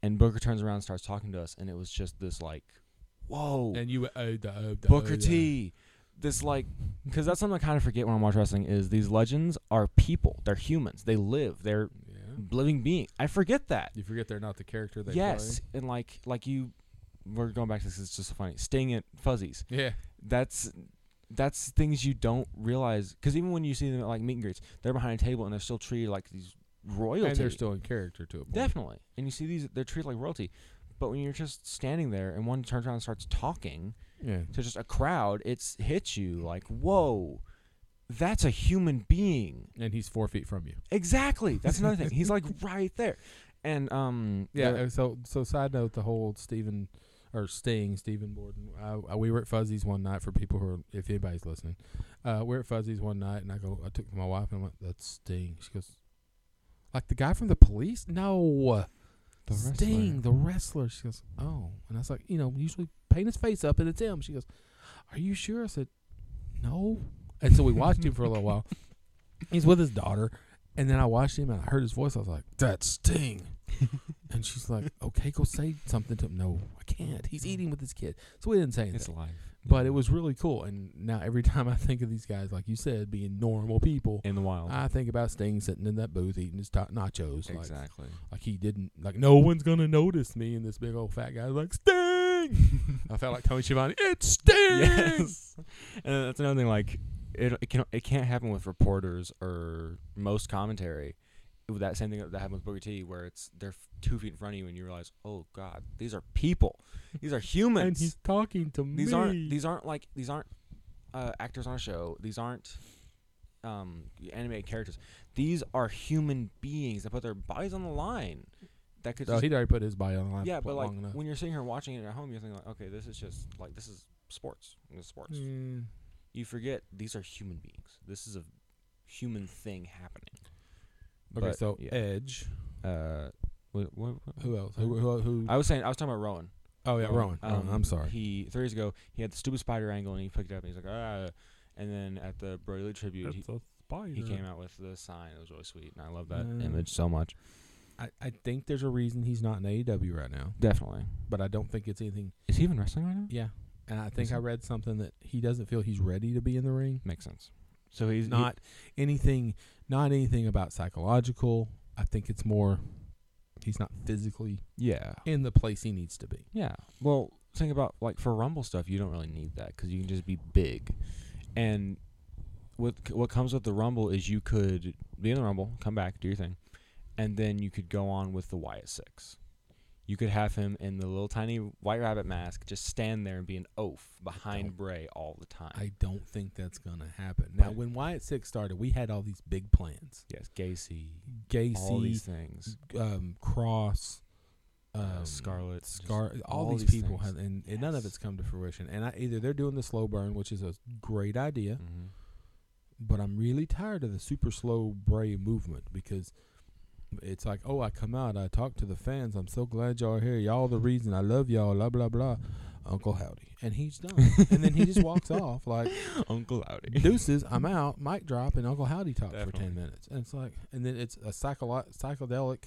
And Booker turns around and starts talking to us, and it was just this like, whoa. And you went, oh, da, oh, da, oh, Booker da. T. This like, because that's something I kind of forget when I watch wrestling is these legends are people. They're humans. They live. They're Yeah. living beings. I forget that. You forget they're not the character they yes, and like like you, we're going back to this. 'cause It's just funny. Sting at Fuzzies. play. Yeah. That's that's things you don't realize because even when you see them at like meet and greets, they're behind a table and they're still treated like these royalty. And they're still in character to a point. Definitely. And you see these, they're treated like royalty. But when you're just standing there and one turns around and starts talking Yeah. to just a crowd, it's hits you like, whoa, that's a human being. And he's four feet from you. Exactly. That's another thing. He's like right there. And um Yeah. there- and So so side note, the whole Stephen or Sting, Stephen Borden. I, I, we were at Fuzzy's one night for people who are, if anybody's listening, uh, we're at Fuzzy's one night, and I go, I took my wife, and I'm like, that's Sting. She goes, like the guy from the police? No, the wrestler. Sting, the wrestler. She goes, oh, and I was like, you know, usually paint his face up, and it's him. She goes, are you sure? I said, no. And so we watched him for a little while. He's with his daughter. And then I watched him and I heard his voice. I was like, that's Sting. and she's like, okay, go say something to him. No, I can't. He's eating with his kid. So we didn't say anything. Mm. It's life. but it was really cool. And now every time I think of these guys, like you said, being normal people, in the wild. I think about Sting sitting in that booth eating his ta- nachos. Like, exactly. like he didn't, like no one's going to notice me. And this big old fat guy's like, Sting. I felt like Tony Schiavone, it's Sting. yes. And that's another thing. Like it, it can it can't happen with reporters or most commentary. With that same thing that happened with Booker T, where it's they're f- two feet in front of you, and you realize, oh God, these are people. These are And humans. he's talking to me. these aren't these aren't like these aren't uh, actors on a show. These aren't um, animated characters. These are human beings that put their bodies on the line. That could Oh, just he'd already put his body on the line. yeah, but like long enough. when you're sitting here watching it at home, you're thinking like, okay, this is just like this is sports. This is sports. Mm. You forget these are human beings. This is a human thing happening. Okay, But, so yeah. Edge. Uh, what, what, what- Who else? Who? who, who I was saying, I was talking about Rowan. oh yeah, Rowan. um, Rowan, I'm sorry. He three years ago, he had the stupid spider angle, and he picked it up, and he's like, ah. And then at the Brody Lee tribute, he, spider. He came out with the sign. It was really sweet, and I love that Yeah. image so much. I, I think there's a reason he's not in AEW right now, Definitely. but I don't think it's anything. Is he even wrestling right now? Yeah, and I think Is I he? read something that he doesn't feel he's ready to be in the ring. Makes sense. So he's he- not anything, not anything about psychological. I think it's more he's not physically yeah. in the place he needs to be. Yeah. Well, think about like for Rumble stuff, you don't really need that because you can just be big, and what c- what comes with the Rumble is you could be in the Rumble, come back, do your thing, and then you could go on with the Wyatt Six. You could have him in the little tiny white rabbit mask, just stand there and be an oaf behind Don't. Bray all the time. I don't think that's gonna happen. Now, But- when Wyatt Six started, we had all these big plans: yes, Gacy, all these Gacy, things. um, Cross, um, Uh, Scarlett, just Scar. All, all these, these people things. have, and, and none of Yes. it's come to fruition. And I, either they're doing the slow burn, which is a great idea, Mhm. but I'm really tired of the super slow Bray movement because it's like, oh, I come out, I talk to the fans, I'm so glad y'all are here, y'all the reason, I love y'all, blah blah blah, Uncle Howdy, and he's done, and then he just walks off like, Uncle Howdy. deuces, I'm out, mic drop, and Uncle Howdy talks for ten Definitely. minutes, and it's like, and then it's a psycholo- psychedelic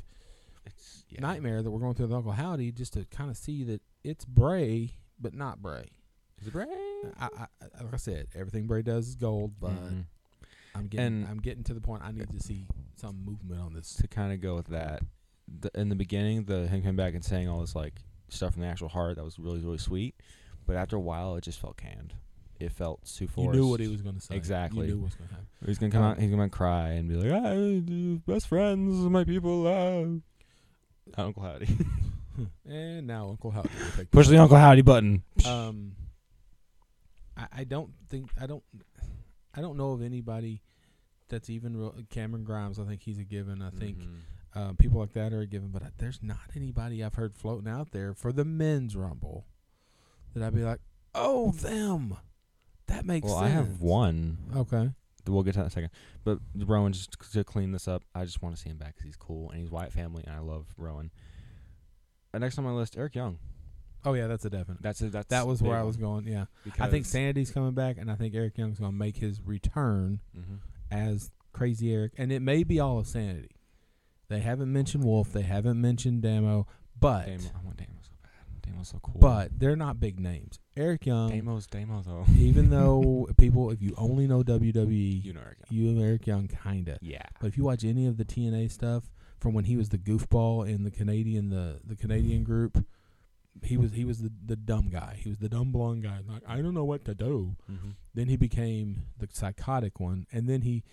It's- yeah. nightmare that we're going through with Uncle Howdy just to kind of see that it's Bray, but not Bray. Is it Bray? I, I, I- like I said, everything Bray does is gold, but Mhm. I'm getting And- I'm getting to the point I need to see some movement on this. to kind of go with that the, in the beginning the him coming back and saying all this like stuff from the actual heart that was really really sweet but after a while it just felt canned it felt too forced You knew what he was going to say. Exactly. You knew what was going to happen. he's gonna come out he's gonna cry and be like ah, best friends my people ah. uncle howdy And now Uncle Howdy. will take push the uncle howdy button Um, I, I don't think I don't I don't know of anybody that's even real. Cameron Grimes. I think he's a given. I think Mm-hmm. um, people like that are a given, but I, there's not anybody I've heard floating out there for the men's rumble that I'd be like, oh, them. That makes well sense. i have one Okay. we'll get to that in a second but rowan just c- to clean this up i just want to see him back because he's cool and he's white family and i love rowan Uh, next on my list eric young Oh yeah, that's a definite. that's it that's That was a big where I one was going. Yeah. I think because- Sanity's coming back, and I think Eric Young's going to make his return Mhm. as Crazy Eric, and it may be all of Sanity. They haven't Oh mentioned Wolf, they haven't mentioned Damo, but Damo, I want Damo so bad. Damo's so cool. but they're not big names. Eric Young, Damo's Damo um, though. even though people, if you only know WWE, you know Eric. you and Eric Young kinda. Yeah. But if you watch any of the TNA stuff from when he was the goofball in the Canadian the the Canadian group, he was he was the, the dumb guy. He was the dumb blonde guy. Like I don't know what to do. mm-hmm. Then he became the psychotic one, and then he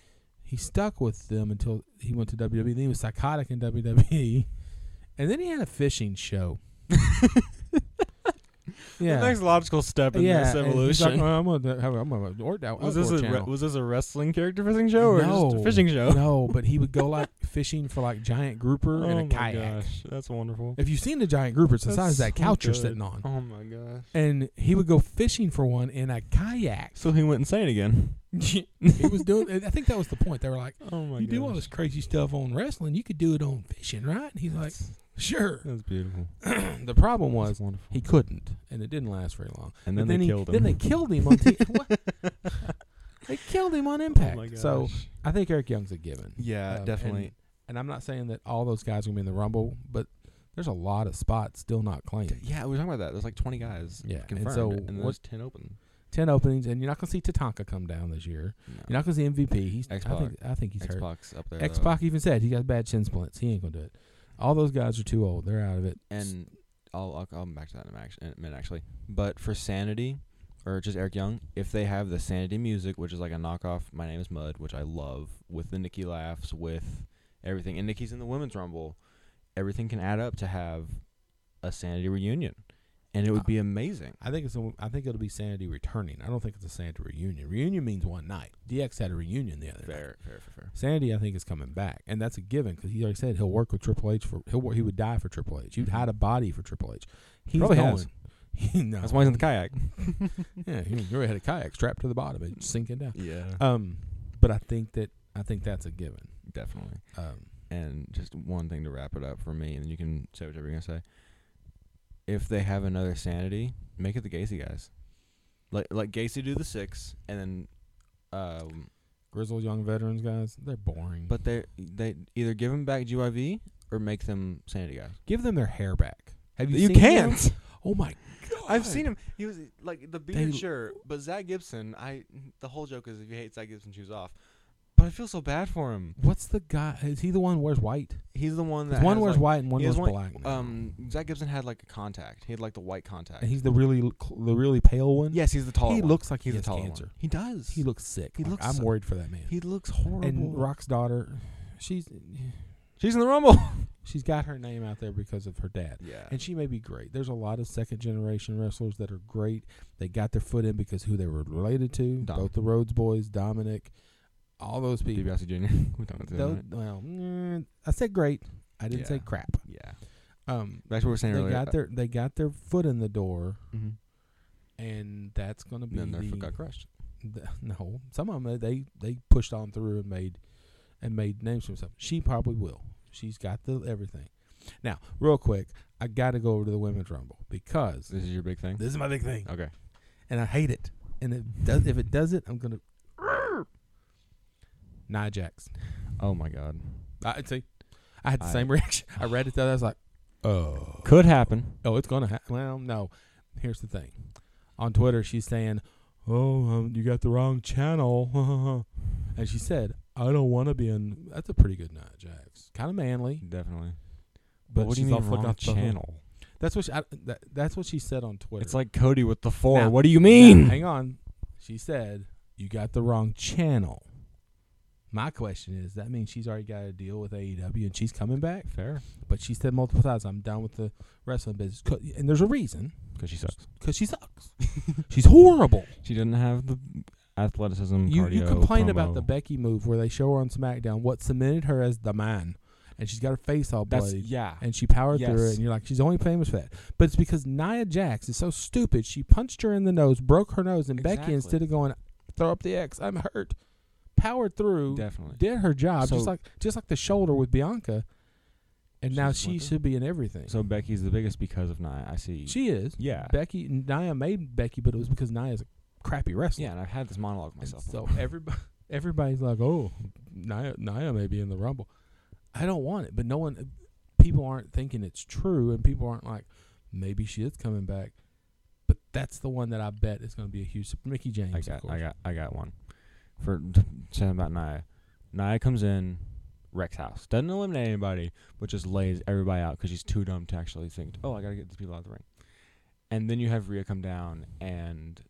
he stuck with them until he went to WWE. Then he was psychotic in WWE, and then he had a fishing show. yeah. logical step yeah, and he's like, "Well, I'm gonna have a, I'm gonna or, or, channel. was this a wrestling character fishing No. No, but he would go like fishing for like giant grouper Oh in a kayak. that's wonderful. If you've seen the giant grouper, it's the That's size of that so couch you're good. sitting on. Oh my gosh. And he would go fishing for one in a kayak. So he went insane again. he was doing. I think that was the point. They were like, Oh my "You do all this crazy stuff on wrestling, you could do it on fishing, right?" And he's like, that's, "Sure." that's beautiful. the problem was That's wonderful. he couldn't, and it didn't last very long. and But then, they he- killed him. Then they killed him on. T- what? They killed him on Oh Impact. my gosh. so I think Eric Young's a given. yeah, Um, definitely. And, and I'm not saying that all those guys are going to be in the Rumble, but there's a lot of spots still not claimed. yeah, we were talking about that. There's like 20 guys Yeah, and confirmed, and, so there's what- 10 open. 10 openings, and you're not going to see Tatanka come down this year. You're not going to see MVP. He's, I, X-Pac. think, I think he's hurt. Xbox up there. though. X Pac even said he got bad shin splints. He ain't going to do it. All those guys are too old. They're out of it. and I'll, I'll I'll come back to that in a mac- in a minute actually. But for sanity, or just Eric Young, if they have the sanity music, which is like a knockoff, my name is Mud, which I love, with the Nikki laughs, with everything, and Nikki's in the women's rumble, everything can add up to have a sanity reunion, and it would be amazing. I think it's a, I think it'll be Sanity returning. I don't think it's a Sanity reunion. Reunion means one night. DX had a reunion the other night. Fair, fair, fair, fair. Sanity, I think, is coming back, and that's a given because he already said he'll work with Triple H for he'll wor- he would die for Triple H. Mm-hmm. He'd hide a body for Triple H. He's Probably going. has. no, That's why he's in the kayak. yeah, he already had a kayak strapped to the bottom, it's sinking down. Yeah, Um, but I think that I think that's a given. definitely. Um, and just one thing to wrap it up for me, and you can say whatever you're gonna say. If they have another sanity, make it the Gacy guys. Like like Gacy do the six, and then um, grizzled young veterans guys, they're boring. But they they either give them back GYV or make them sanity guys. give them their hair back. Have You seen him? can't. Oh my god! I've seen him. He was like the beard, They- sure, but Zach Gibson. I the whole joke is if you hate Zach Gibson, choose off. But I feel so bad for him. What's the guy? Is he the one who wears white? He's the one 'Cause that One has, wears like, white and one he has wears one- black. now. Um, Zach Gibson had like a contact. He had like the white contact. And he's the really l- cl- the really pale one. yes, he's the taller. he one. looks like he He's the has taller cancer. one. He does. He looks sick. He Like, looks I'm so- worried for that man. He looks horrible. and Rock's daughter, she's She's in the rumble. she's got her name out there because of her dad. Yeah. And she may be great. There's a lot of second generation wrestlers that are great. They got their foot in because who they were related to, Dominic. both the Rhodes boys, Dominic, all those people. DiBiase Jr. we don't know that, Tho- right? well, mm, I said great. I didn't say Yeah. uh, crap. Yeah. Um, That's what we were they saying earlier. got their they got their foot in the door, hmm and that's going to be Then they the- got crushed. the- no. Some of them they they pushed on through and made and made names for themselves. She probably will. She's got the everything. Now, real quick, I got to go over to the women's rumble because This is your big thing. this is my big thing, okay. and I hate it. And it does, if it does it, I'm gonna. Nia Jax. Oh my God. I see. I had the I- same reaction. I read it. though, I was like, oh, Could happen. oh, it's gonna happen. Well, no. Here's the thing. On Twitter, she's saying, "Oh, um, you got the wrong channel," and she said, "I don't want to be in." That's a pretty good night, Jax. Kind of manly, Definitely. but what do she's you mean all flipped wrong off the hook. channel? That's what she, I, that, that's what she said on Twitter. It's like Cody with the four. Now- what do you mean? Now, hang on. She said, You got the wrong channel. My question is, that means she's already got a deal with AEW and she's coming back? Fair. But she said multiple times, I'm done with the wrestling business. 'Cause- And there's a reason Because she sucks. because she sucks. she's horrible. She doesn't have the athleticism. You, you cardio, complained about promo. the Becky move where they show her on SmackDown what cemented her as the man. And she's got her face all That's bloody. yeah. And she powered through it, Yes. and you're like, she's only famous for that. But it's because Nia Jax is so stupid. She punched her in the nose, broke her nose, and Becky, Exactly. instead of going, throw up the X, I'm hurt, powered through, Definitely. did her job, just So- like just like the shoulder with Bianca. And now She's she Bianca? should be in everything. So Becky's the biggest because of Nia. I see. she is. yeah. Becky, Nia made Becky, but it was because Nia's a crappy wrestler. yeah, and I've had this monologue And myself. so before. everybody, everybody's like, "Oh, Nia, Nia may be in the Rumble." I don't want it, but no one, people aren't thinking it's true, and people aren't like, "Maybe she is coming back." But that's the one that I bet is going to be a huge. sup- Mickey James, I of got, course. I got, I got one for t- saying about Nia. Nia comes in, wrecks house, doesn't eliminate anybody, but just lays everybody out because she's too dumb to actually think. Oh, I gotta get these people out of the ring. And then you have Rhea come down and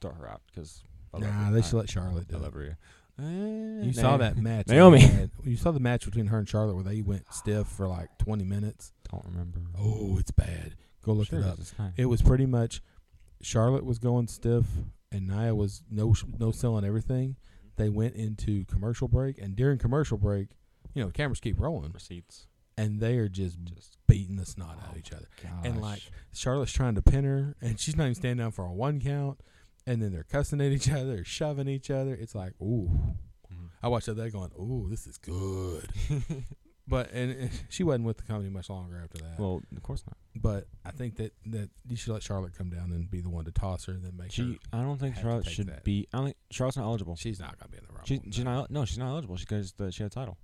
throw her out because Nah, they should let Charlotte do I love it. Rhea. Eh, You saw that match, they Naomi. had- You saw the match between her and Charlotte where they went stiff for like twenty minutes. Don't remember. Oh, it's bad. Go look Sure, it up. it's Nia. It was pretty much Charlotte was going stiff, and Nia was no no selling everything. They went into commercial break, and during commercial break, you know, cameras keep rolling, receipts. and they are just Just beating the snot out of each other. gosh. like, Charlotte's trying to pin her, and she's not even standing down for a one count. And then they're cussing at each other, shoving each other. It's like, ooh, Mhm. I watched that going, ooh, this is good. but and, and she wasn't with the company much longer after that. well, of course not. But I think that that you should let Charlotte come down and be the one to toss her, and then make her. She, I don't think had to Charlotte take should that. be. I don't think Charlotte's not eligible. She's not gonna be in the rumble. She, she's not. No, she's not eligible. She because the she had a title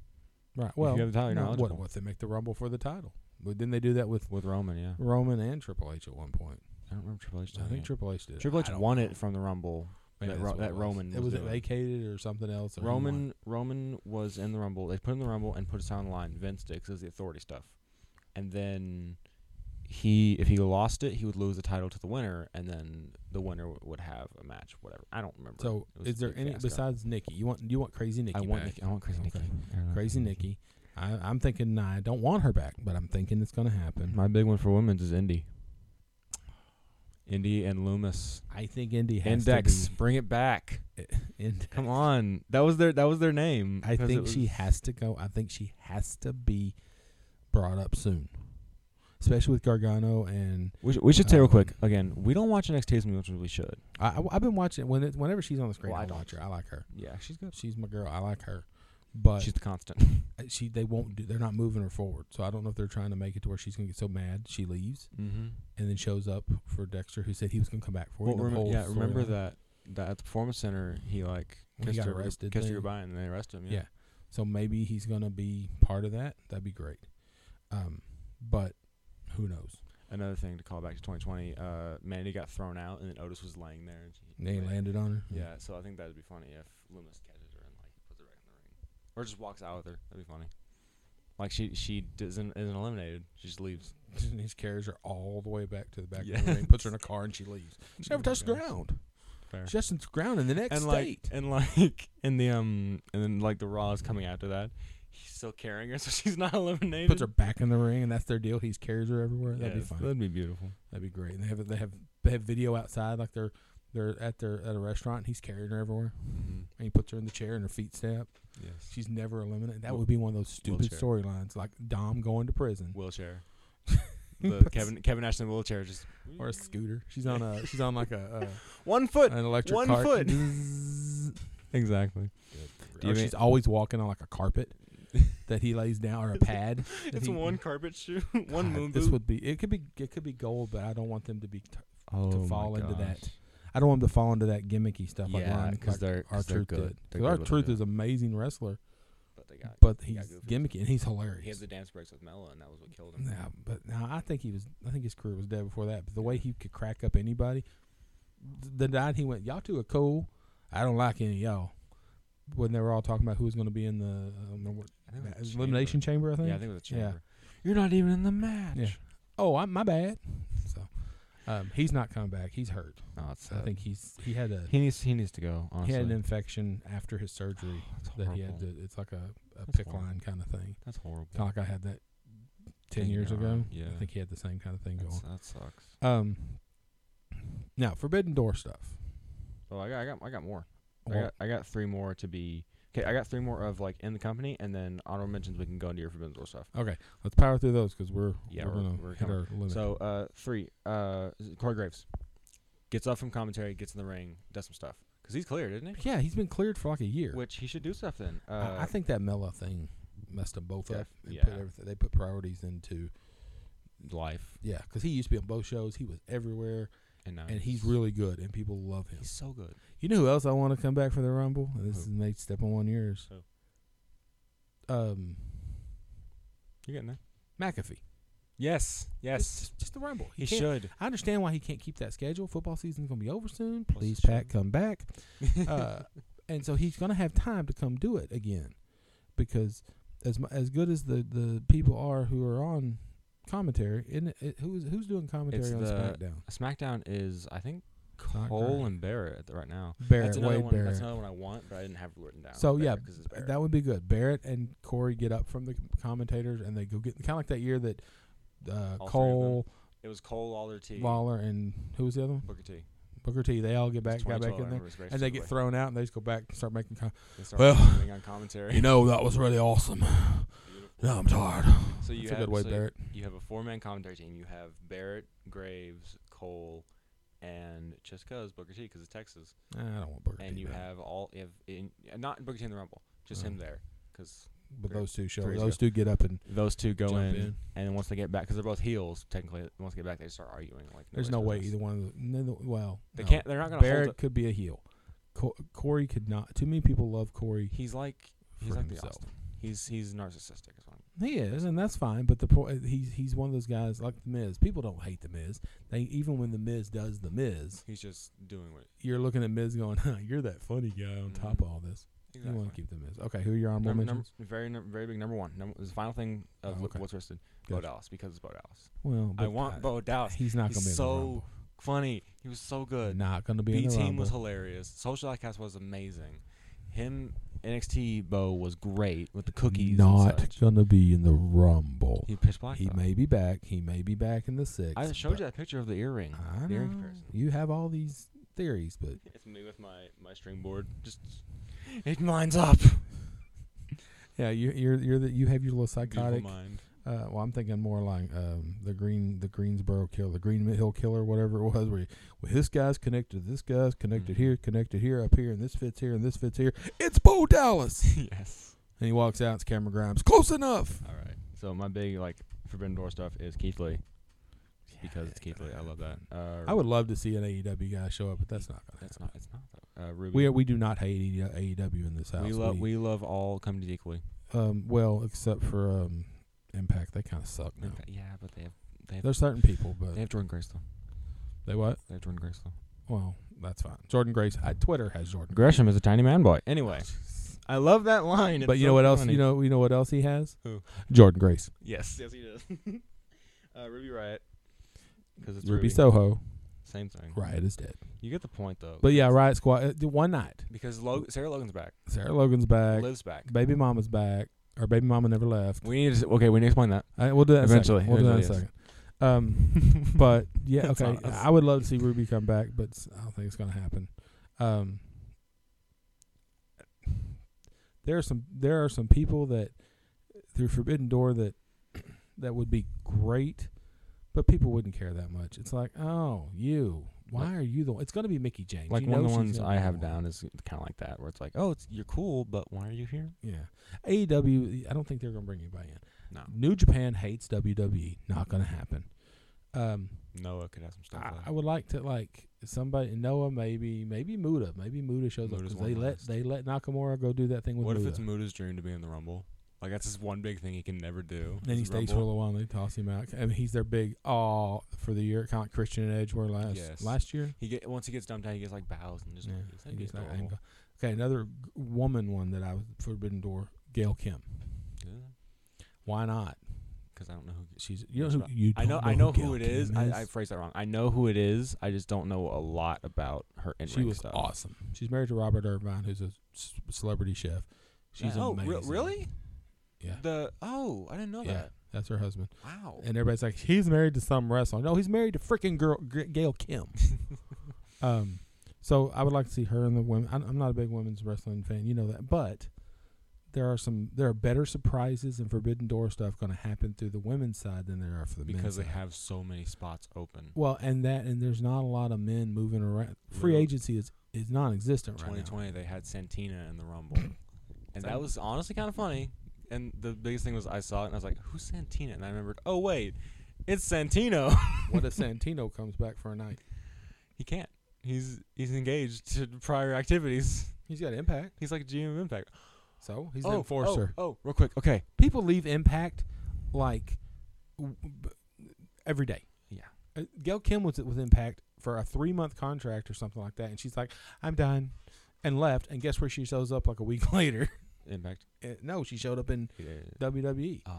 right. Well, have the title, you're no, not what, eligible. what if they make the rumble for the title? But then they do that with with Roman. Yeah, Roman and Triple H at one point. I don't remember Triple H. I doing think it. Triple H did. it. Triple I H don't won know. it from the Rumble. Maybe that that's Ro- what that it Roman It was was it doing. vacated or something else. or he won. Roman Roman was in the Rumble. They put him in the Rumble and put us on the line. Vince Dix is the authority stuff, and then he if he lost it, he would lose the title to the winner, and then the winner w- would have a match. Whatever. I don't remember. So It was is there a big any fiasco. besides Nikki? You want you want Crazy Nikki? I want back. Nikki, Mm-hmm. I want crazy Okay. Nikki. I don't know. Crazy Nikki. I, I'm thinking nah, I don't want her back, but I'm thinking it's gonna happen. My big one for women's is Indy. Indy and Loomis. I think Indy has Index, to bring it back. be. Ind- Come on, that was their that was their name. I 'cause it think she was- has to go. I think she has to be brought up soon, especially with Gargano and We should, we should say real quick Um, again. We don't watch NXT as much as we should. I, I, have been watching when it, whenever she's on the screen. Well, I I, don't. watch her. I like her. Yeah, she's good. She's my girl. I like her, but She's the constant. she they won't do. They're not moving her forward. So I don't know if they're trying to make it to where she's gonna get so mad she leaves mm-hmm. and then shows up for Dexter, who said he was gonna come back for Well, her, you know, the remem- whole yeah, remember storyline. that that at the performance center, he like When he kissed got her, arrested, kissed they- her goodbye, and they arrested him. Yeah. Yeah. So maybe he's gonna be part of that. That'd be great. Um, but who knows? Another thing to call back to 2020, uh, Mandy got thrown out, and then Otis was laying there. And she, They landed on her. Yeah, so I think that'd be funny if Loomis catches her and like puts her back in the ring, or just walks out with her. That'd be funny. Like she she doesn't isn't eliminated. She just leaves. And he carries her all the way back to the back Yeah. of the ring, puts her in a car, and she leaves. She never Oh my touched the gosh. ground. Fair. She touched the ground in the next and like state. and like and the um and then like the Raw is coming after that. He's still carrying her, so she's not eliminated. puts her back in the ring, and that's their deal. He carries her everywhere. That'd be Yes, fun. That'd be beautiful. That'd be great. And they have they have they have video outside, like they're they're at their at a restaurant. And he's carrying her everywhere, and he puts her in the chair, and her feet stay up. Mm-hmm. Yes. She's never eliminated. That Wheel- would be one of those stupid wheelchair. storylines, like Dom going to prison wheelchair. the Kevin Kevin Nash in the wheelchair just or a scooter. She's on a she's on like a, one a foot. an electric one cart. foot. Zzzz. Exactly. Do you or mean- she's always walking on like a carpet that he lays down or a pad. that It's he- one carpet shoe, one God, moon This boot. would be it could be it could be gold, but I don't want them to be. T- oh to fall into that. I don't want them to fall into that gimmicky stuff. like Yeah, Ron- 'cause like they're- 'cause our they're truth good. did. They're 'Cause good our what they truth do. is an amazing wrestler, But they got but he he's got goofy. gimmicky and he's he had hilarious. the dance breaks with Mella, and that was what killed him. Nah, but now I think he was. I think his career was dead before that. But the way he could crack up anybody, th- the night he went, y'all two are cool. I don't like any of y'all. When they were all talking about who was going to be in the I don't know what- I think it was a elimination chamber, I think. Yeah, I think it was a Yeah. chamber. You're not even in the match. Yeah. Oh, I'm my bad. So, um, he's not coming back. He's hurt. No, it's, I think he's he had a he needs he needs to go. Honestly, he had an infection after his surgery. that's that horrible. he had to, it's like a, a That's pick horrible. line kind of thing. that's horrible. Kind of like I had that 10 Thing years going ago. on, yeah. I think he had the same kind of thing That's- going. that sucks. Um, now, Forbidden Door stuff. Oh, I got I got I got more. I Well, got I got three more to be. Okay, I got three more of like in the company, and then honorable mentions. We can go into your forbidden door stuff. okay, let's power through those because we're, Yeah, we're, we're- going we're to hit coming. our limit. So uh, three. Uh, Corey Graves gets up from commentary, gets in the ring, does some stuff because he's cleared, isn't he? yeah, he's been cleared for like a year. Which he should do stuff then. Uh, I, I think that Mella thing messed them both up. Def- They, yeah. put everything, they put priorities into, life yeah, because he used to be on both shows. He was everywhere, and uh, now and he's really good, and people love him. he's so good. You know who else I want to come back for the Rumble? And This Who? is may step on one years. Who? Um, You're getting there. McAfee. Yes, Just, just, just the Rumble. he can't- should. I understand why he can't keep that schedule. Football season's gonna be over soon. Plus Please, it's Pat, true. come back. Uh, and so he's gonna have time to come do it again, because as mu- as good as the, the people are who are on commentary, and it, who's who's doing commentary It's on the- SmackDown? SmackDown is I think not Cole great. and Barrett at the- right now. Barrett, that's another Wade one. Barrett. That's another one I want, but I didn't have it written down. So, yeah, Barrett, 'cause it's Barrett. That would be good. Barrett and Corey get up from the commentators, and they go get kind of like that year that uh, All three of Cole, it was Cole, Lawler, T, Lawler, and who was the other one? Booker T. Booker T. They all get back, It's got back 2012, I in there, remember his and they race to get the way. thrown out, and they just go back and start making. Com- They start Well, commenting on commentary. you know, that was really awesome. Now I'm tired. So you That's a have good way, so Barrett. you have a four-man commentary team. You have Barrett, Graves, Cole, and just cause Booker T because it's Texas. Nah, I don't want Booker And T. you back. have all you have in, not Booker T in the Rumble, just him Oh. there because but those two show. Three's Those two get up, and those two go Jump in, in. and then once they get back because they're both heels technically. Once they get back, they start arguing. Like nobody's there's no way business. either one of them. neither- Well, They no. can't. They're not gonna Barrett hold. could be a heel. Co- Corey could not. Too many people love Corey. It. He's like he's for like the himself. Austin. He's he's narcissistic. Is what I'm- He is, and that's fine. But the point he's he's one of those guys like the Miz. People don't hate the Miz. They even when the Miz does the Miz, He's just doing what. you're looking at Miz going, huh, "You're that funny guy on top Mhm. of all this." Exactly. You want to keep the Miz. Okay, who are your honorable Number- number- mentions? very num- very big number one. Number, the final thing of Oh, wh- okay. what's listed. Bo Gotcha. Dallas because it's Bo Dallas. Well, I but, want uh, Bo Dallas. He's not going to be He's in the so Rumble. funny. He was so good. Not going to be B in the Team was Rumble. hilarious. Social Outcast was amazing. Him NXT Bo was great with the cookies. and Not such. going to be in the Rumble. He pitched black. He though. may be back. He may be back in the six. I showed but- you that picture of the earring. I the earring know. comparison. You have all these theories, but It's me with my my string board. Just it lines up. yeah, you, you're you're the, you have your little psychotic. mind. Uh, well, I'm thinking more like um, the green, the Greensboro killer, the Green Hill killer, whatever it was. Where you, well, this guy's connected, to this guy's connected Mhm. here, connected here, up here, and this fits here, and this fits here. It's Bo Dallas, yes. and he walks out. It's Cameron Grimes. Close enough. All right. So my big like forbidden door stuff is Keith Lee. because it's Keith Lee. I love that. Uh, I would love to see an AEW guy show up, but that's not gonna That's happen. not. It's not. though. Uh, Ruby. We are, we do not hate E AEW in this house. we love. We love all companies equally. um well except for um Impact. They kind of suck now. In fact, Yeah, but they have. They have. There's certain people, but They have Jordan Grace though. they what? They have Jordan Grace though. Well, that's fine. Jordan Grace. I, Twitter has Jordan. Gresham is a tiny man boy. Anyway, I love that line. But you know what else? You know you know what else he has? Who? Jordan Grace, Yes. Yes, he does. uh, Ruby Riot. Because it's Ruby Soho. Same thing. Riot is dead. You get the point though. But yeah, Riot Squad. uh, d- One night, Because Lo- Sarah Logan's back. Sarah Logan's back. Liv's back. Baby Mama's back. Or Baby Mama never left. We need to. Okay, we need to explain that. I, we'll do that in a second. Eventually, We'll do that in a eventually, second. Um, but yeah, That's okay. on us. I would love to see Ruby come back, but s- I don't think it's going to happen. Um, there are some there are some people that through Forbidden Door that that would be great, but people wouldn't care that much. It's like, oh, you. Why Like- are you the one? It's going to be Mickey James. Like You one of know the she's ones gonna I be the have one. down is kind of like that, where it's like, oh, it's you're cool, but why are you here? Yeah. AEW, I don't think they're going to bring anybody in. No. New Japan hates WWE. Not going to happen. Um, Noah could have some stuff. I, left. I would like to like somebody Noah maybe maybe Muda maybe Muda shows up Muda's 'cause on they the let list. they let Nakamura go do that thing with What if Muda. it's Muda's dream to be in the Rumble? Like that's his one big thing he can never do. then he is stays for a Rumble. little while and they toss him out. I mean he's their big aw for the year, kind of like Christian and Edge were last Yes. last year. He get once he gets dumped out, he gets like bows and just Yeah, leaves. That'd he be gets that adorable. angle. Okay, another g- woman one that I was Forbidden Door, Gail Kim. Yeah, Why not? 'cause I don't know who. She's you know That's who right. you I know, don't I know who Gail it is. Kim I, I phrased that wrong. I know who it is. I just don't know a lot about her in she was stuff. awesome. She's married to Robert Irvine, who's a c- celebrity chef. She's oh, re- amazing. really? Yeah. The oh, I didn't know Yeah. that. That's her husband. Wow. and everybody's like, he's married to some wrestler. No, he's married to freaking girl G- Gail Kim. um, so I would like to see her and the women. I'm, I'm not a big women's wrestling fan, you know that, but there are some there are better surprises and Forbidden Door stuff going to happen through the women's side than there are for the because men's they side. have so many spots open. well, and that and there's not a lot of men moving around. Free Really? agency is is non-existent right now. 2020, they had Santina in the Rumble, and that was honestly kind of funny. And the biggest thing was I saw it and I was like, "Who's Santina?" And I remembered, "Oh wait, it's Santino." what if Santino comes back for a night? he can't. He's he's engaged to prior activities. He's got Impact, He's like GM of Impact. so he's oh, an oh, enforcer. Oh, real quick. Okay. people leave impact like w- b- every day. Yeah. Uh, Gail Kim was with Impact for a three month contract or something like that, and she's like, "I'm done," and left. And guess where she shows up like a week later? Impact. Uh, no, she showed up in WWE. Oh.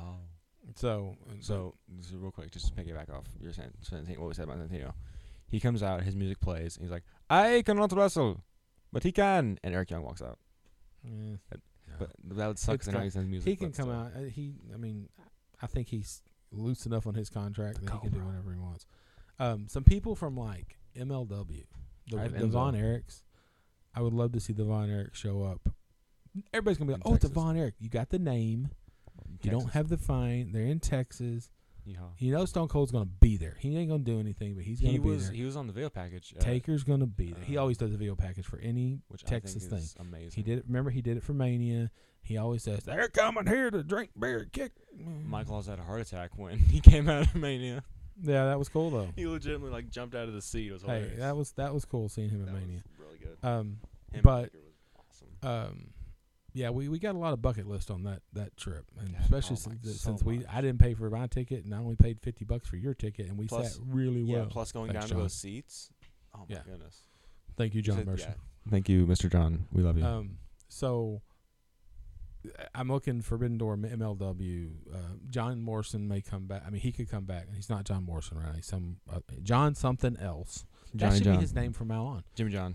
So So, so real quick, just to piggyback off your San- Santino, what we said about Santino, he comes out, his music plays, and he's like, "I cannot wrestle, but he can." And Eric Young walks out. yeah. But that would suck. It's 'cause I know got- he's in music. he can but come still. out. uh, He, I mean, I think he's loose enough on his contract The that he can do Cobra. whatever he wants. Um, some people from like MLW, the, I have the Enzo. Von Erichs, I would love to see the Von Erich show up. Everybody's gonna be like, In "Oh, it's a Texas. Von Erich." You got the name. You don't Texas. have the fine. They're in Texas. Yeehaw. You know Stone Cold's gonna be there. He ain't gonna do anything, but he's gonna he be was there. he was on the video package. uh, Taker's gonna be there. he uh, always does a video package for any which Texas I thing. think is amazing. He did it. Remember, he did it for Mania. He always says, "They're coming here to drink beer, and kick." Michael Laws had a heart attack when he came out of Mania. Yeah, that was cool though. He legitimately like jumped out of the seat. It was Hey, hilarious. that was that was cool seeing him at That was Mania. really good. Um, Him but- Baker was awesome. um, yeah, we, we got a lot of bucket list on that that trip, and Yeah, especially oh my, since, so since we much. I didn't pay for my ticket, and I only paid fifty bucks for your ticket, and we Plus- sat really yeah. well. plus going Thanks, down John. to those seats. Oh my Yeah. goodness. Thank you, John Said- Mercer. Thank you, Mr. John. We love you. Um, so uh, I'm looking Forbidden Door M- MLW. Uh, John Morrison may come back. I mean, he could come back. He's not John Morrison, right? He's some uh, John something else. that Johnny should John. be his name from now on. Jimmy John.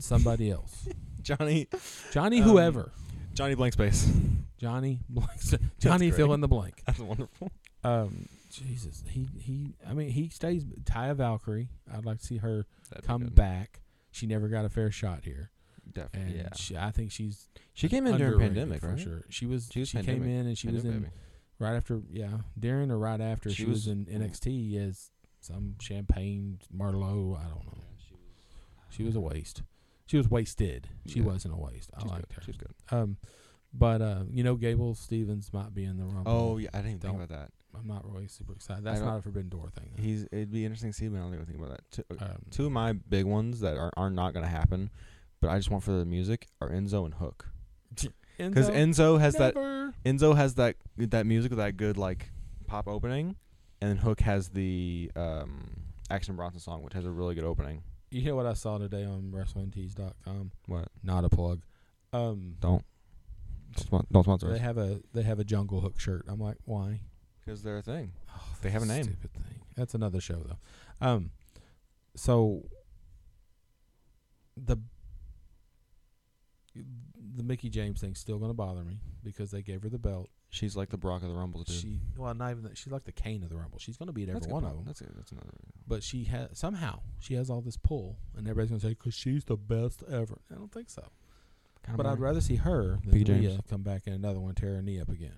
somebody else. Johnny. Johnny Um, whoever. Johnny blank space. Johnny blank. Johnny fill great. in the blank. That's wonderful. Um, Jesus, he he. I mean, he stays. Taya Valkyrie. I'd like to see her That'd be come good. back. She never got a fair shot here, and Definitely. yeah. she, I think she's She came in during underrated pandemic, for right? sure. She was she, She was came pandemic. in and she was in right after yeah during or right after she, She was- was, in NXT as some champagne Merlot. I don't know. She was a waste. She was wasted. She Yeah. wasn't a waste. I She's liked good. her. She's good. Um, But uh, you know, Gable Stevens might be in the rumble. Oh yeah, I didn't even think Don't. about that. I'm not really super excited. That's don't- not a Forbidden Door thing. though. He's. It'd be interesting to see, but I don't even think about that. Two, uh, Um, two of my big ones that are, are not going to happen, but I just want for the music are Enzo and Hook. Because Enzo Enzo has that never- Enzo has that that music with that good like pop opening, and then Hook has the um, Action Bronson song, which has a really good opening. You hear what I saw today on WrestlingTees.com? What? Not a plug. Um, Don't Don't spon- don't sponsor they us have a they have a Jungle Hook shirt. I'm like, why? because they're a thing. Oh, They have a that's name. Stupid thing. That's another show though. Um, so the the Mickey James thing's still gonna bother me because they gave her the belt. She's like the Brock of the Rumble too. She well, not even that. She's like the Kane of the Rumble. She's gonna beat every that's a good one point. of them. That's, a- that's another. But she has somehow she has all this pull, and everybody's gonna say because she's the best ever. I don't think so. Kinda But I'd boring. rather see her than Mickey James. Leah come back in another one, tear her knee up again.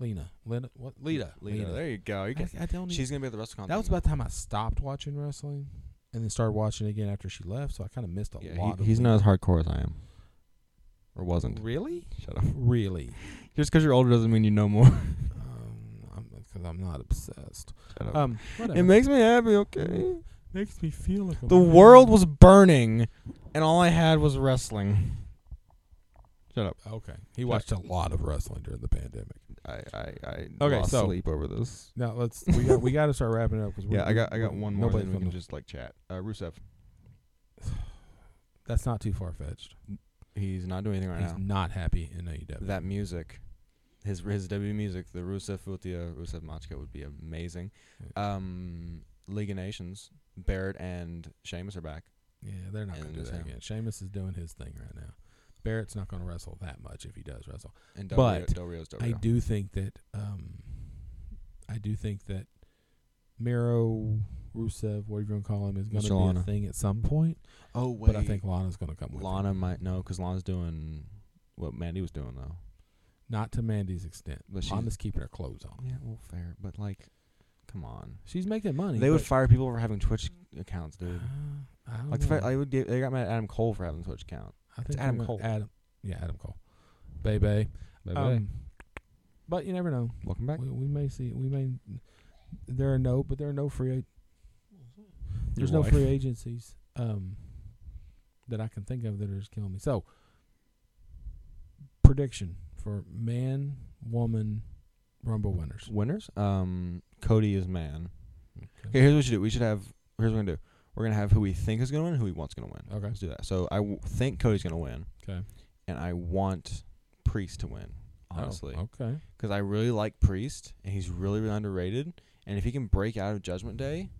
Lena, Lena, what? Lita, Lita. There you go. You can, I, I don't. even- she's gonna be at the WrestleCon. That was thing, about the time I stopped watching wrestling, and then started watching again after she left. So I kind of missed a though. Yeah, lot. he- of he's Lita. not as hardcore as I am, or wasn't. really, Shut up. really. Just because you're older doesn't mean you know more. Um, I'm because I'm not obsessed. Shut up. Um, whatever. it makes me happy. Okay. makes me feel like a The man. world was burning, and all I had was wrestling. Shut up. okay. He watched a lot of wrestling during the pandemic. I I, I Okay, lost so- sleep over this. Now let's we got we got to start wrapping it up because Yeah, I got I got one more. Nobody's Then we can gonna- just like chat. Uh, Rusev, that's not too far fetched. he's not doing anything right He's now. not happy in E AEW. That music, his his W music, the Rusev Futia, Rusev Machka would be amazing. Um, League of Nations, Barrett and Sheamus are back. Yeah, they're not going And to do the that same. again. Sheamus is doing his thing right now. Barrett's not going to wrestle that much if he does wrestle. And Del Rio, But Del Rio's Del I Rio. do think that um, I do think that Miro, Rusev, whatever you want to call him, is going to be Mr. Lana. a thing at some point. Oh wait, But I think Lana's going to come with him. Lana might know because Lana's doing what Mandy was doing though. Not to Mandy's extent. But she's- Lana's keeping her clothes on. Yeah, well, fair, but like, come on. She's making money. They would but- fire people for having Twitch accounts, dude. Uh, I don't Like the fact know. I would give, they got mad at Adam Cole for having a Twitch account. I think Adam they're gonna- Cole. Adam, yeah, Adam Cole. Bebe. Um, but you never know. Welcome back. We, we may see. We may. There are no, but there are no free. a- There's no free agencies um, that I can think of that are just killing me. So, prediction for man, woman, Rumble winners. winners. Um, Cody is man. Okay, Okay. here's what we should do. We should have. Here's what we're gonna do. We're gonna have who we think is gonna win, who we want's gonna win. Okay. Let's do that. So I w- think Cody's gonna win, Okay. and I want Priest to win, Oh, honestly, okay. because I really like Priest, and he's really really underrated. And if he can break out of Judgment Day,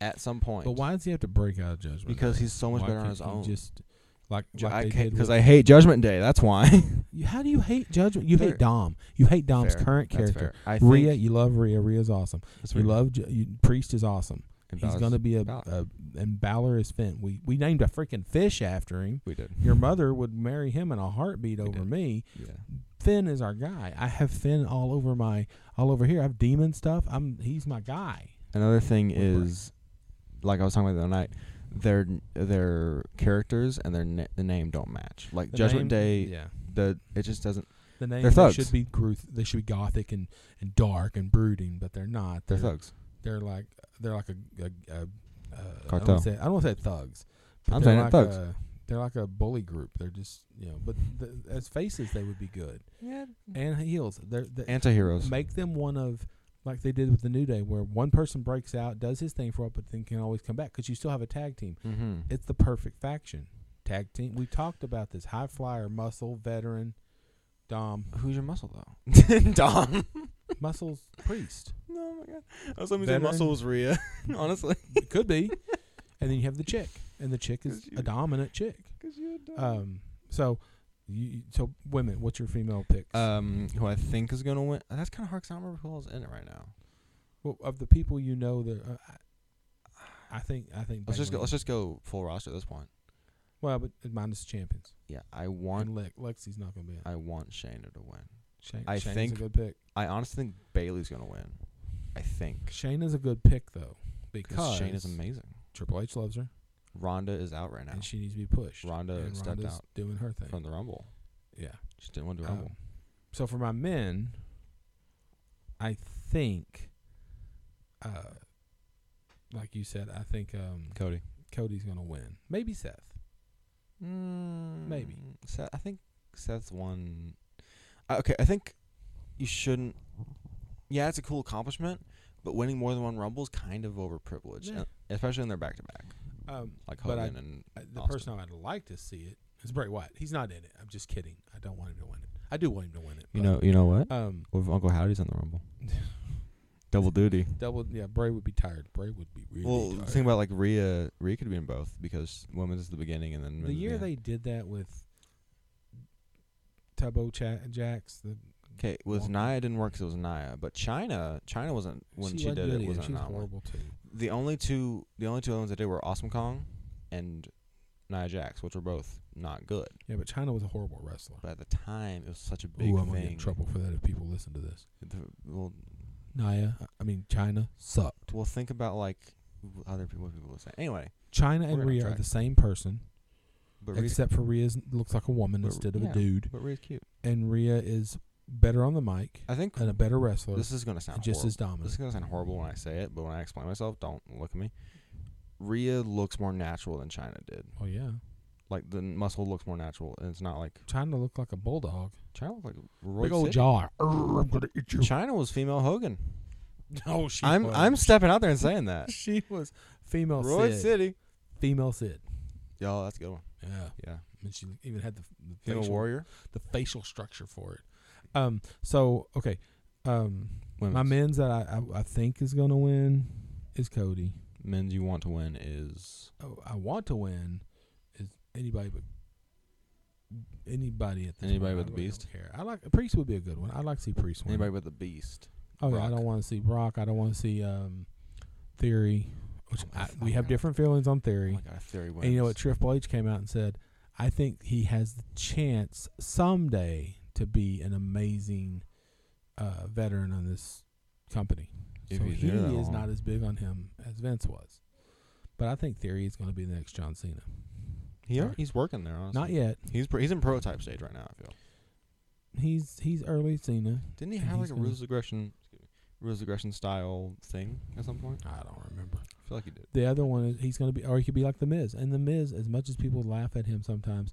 at some point, But why does he have to break out of judgment? Because he's so much Why better on can't his he own. Just like, Ju- like I they can't did because with- I hate Judgment Day. That's why. You- How do you hate judgment? You Fair. hate Dom. You hate Dom's Fair. current That's character. fair. I think Rhea, you love Rhea. Rhea's awesome. that's You what- love Ju- you, Priest is awesome. and He's Balor's- gonna be a, a Balor. and Balor is Finn. We we named a freaking fish after him. We did. Your mother would marry him in a heartbeat over did. me. Yeah. Finn is our guy. I have Finn all over my all over here. I have demon stuff. I'm he's my guy. Another thing Would work. is, like I was talking about the other night, their their characters and their na- the name don't match. Like The Judgment name- Day, Yeah. the it just doesn't. The name they're they thugs. should be gruth. They should be gothic and, and dark and brooding, but they're not. They're thugs. they're like they're like a, a, a uh, I don't Cartel. wanna say, I don't want to say thugs. but I'm they're saying they're like thugs. A, they're like a bully group. They're just you know, but th as faces they would be good Yeah. and heels. They're, they Anti-heroes. make them one of like they did with the New Day, where one person breaks out, does his thing for it, but then can always come back because you still have a tag team. mm-hmm. It's the perfect faction tag team. We talked about this high flyer, muscle, veteran, Dom, Who's your muscle though? Dom. muscles, priest. No, my God. I was hoping you said Veteran. Muscle was Rhea. Honestly. It could be. and then you have the chick, and the chick is Cause you- a dominant chick. Cause you Um, so, you, so women, what's your female picks? um, who I think is gonna win? That's kind of hard 'cause I don't remember who else is in it right now. well, of the people you know that. Uh, I- I think I think Let's just go, Bayley- let's just go full roster at this point. well, but minus the champions. Yeah, I And want Le- Lexi's not going to be in. I want Shayna to win. Shane, I Shayna's think- a good pick. I honestly think Bailey's gonna win. I think Shayna's a good pick though because because Shayna's amazing. Triple H loves her Ronda is out right now. and she needs to be pushed. Ronda and stepped Ronda's out doing her thing. from the Rumble. Yeah. Just didn't want to do Um, an album. So for my men, I think, uh, like you said, I think um, Cody. Cody's gonna win. Maybe Seth. Oh. Maybe. Mm, Seth, I think Seth's one. Uh, okay, I think you shouldn't. Yeah, it's a cool accomplishment, but winning more than one Rumble is kind of overprivileged, Yeah. and- especially in their back to back, Um, like But I- Hogan and I- the Austin. person I'd like to see it is Bray Wyatt. He's not in it. I'm just kidding. I don't want him to win it. I do want him to win it. you but, know. You know what? um, With Uncle Howdy's on the Rumble, double duty. double. Yeah, Bray would be tired. Bray would be really Well, tired. think about like Rhea. Rhea could be in both because women's is the beginning and then the men's year the they did that with Tubbo Cha- Jax, the okay with walked- Nia didn't work 'cause it was Nia, but China China wasn't when she, wasn't did good it either. wasn't she an was anomaly. horrible too. The only two the only two other ones I did were Awesome Kong and Nia Jax, which were both not good. Yeah, but China was a horrible wrestler. But at the time, it was such a Ooh, big I'm gonna get thing. in trouble for that if people listen to this. The- well, Naya, I mean China sucked. well, think about like w- other people. What people would say anyway. China We're and on Rhea are track. the same person, But Rhea, except for Rhea looks like a woman But- instead of yeah. a dude, but Rhea's cute. and Rhea is better on the mic I think and a better wrestler, this is gonna sound and just horrible. as This dominant. is gonna sound horrible when I say it, but when I explain myself, don't look at me. Rhea looks more natural than China did. Oh yeah, Like the muscle looks more natural, and it's not like China looked like a bulldog, China looked like Roy big old City. jaw. "Arr, I'm gonna eat you. China was female Hogan. Oh, she. I'm was. I'm stepping out there and saying that. She was female Roy Sid. City. Female Sid. Yo, that's a good one. Yeah, Yeah, and she even had the, the female facial warrior. the facial structure for it. Um. So okay. Um. My Women's. men's that I, I, I think is gonna win is Cody. men's you want to win is Oh, I want to win is anybody but anybody at the Anybody time. but I the really Beast? Don't care. I like Priest would be a good one. I like to see Priest win. anybody but the Beast. oh yeah, I Brock. don't want to see Brock. I don't want to see um, Theory. Which Oh my I, God. we have different feelings on Oh Theory. my God, if Theory wins. and you know what? Triple H came out and said, "I think he has the chance someday to be an amazing uh, veteran on this company." If so he's he there that is long. not as big on him as Vince was. But I think Theory is going to be the next John Cena. He al- he's working there. Honestly. Not yet. He's pr- he's in prototype stage right now. I feel. He's he's early Cena. Didn't he And have like he's a gonna- rules aggression, excuse me, rules aggression style thing at some point? I don't remember. I feel like he did. The other one is he's going to be, or he could be like the Miz. And the Miz, as much as people laugh at him sometimes,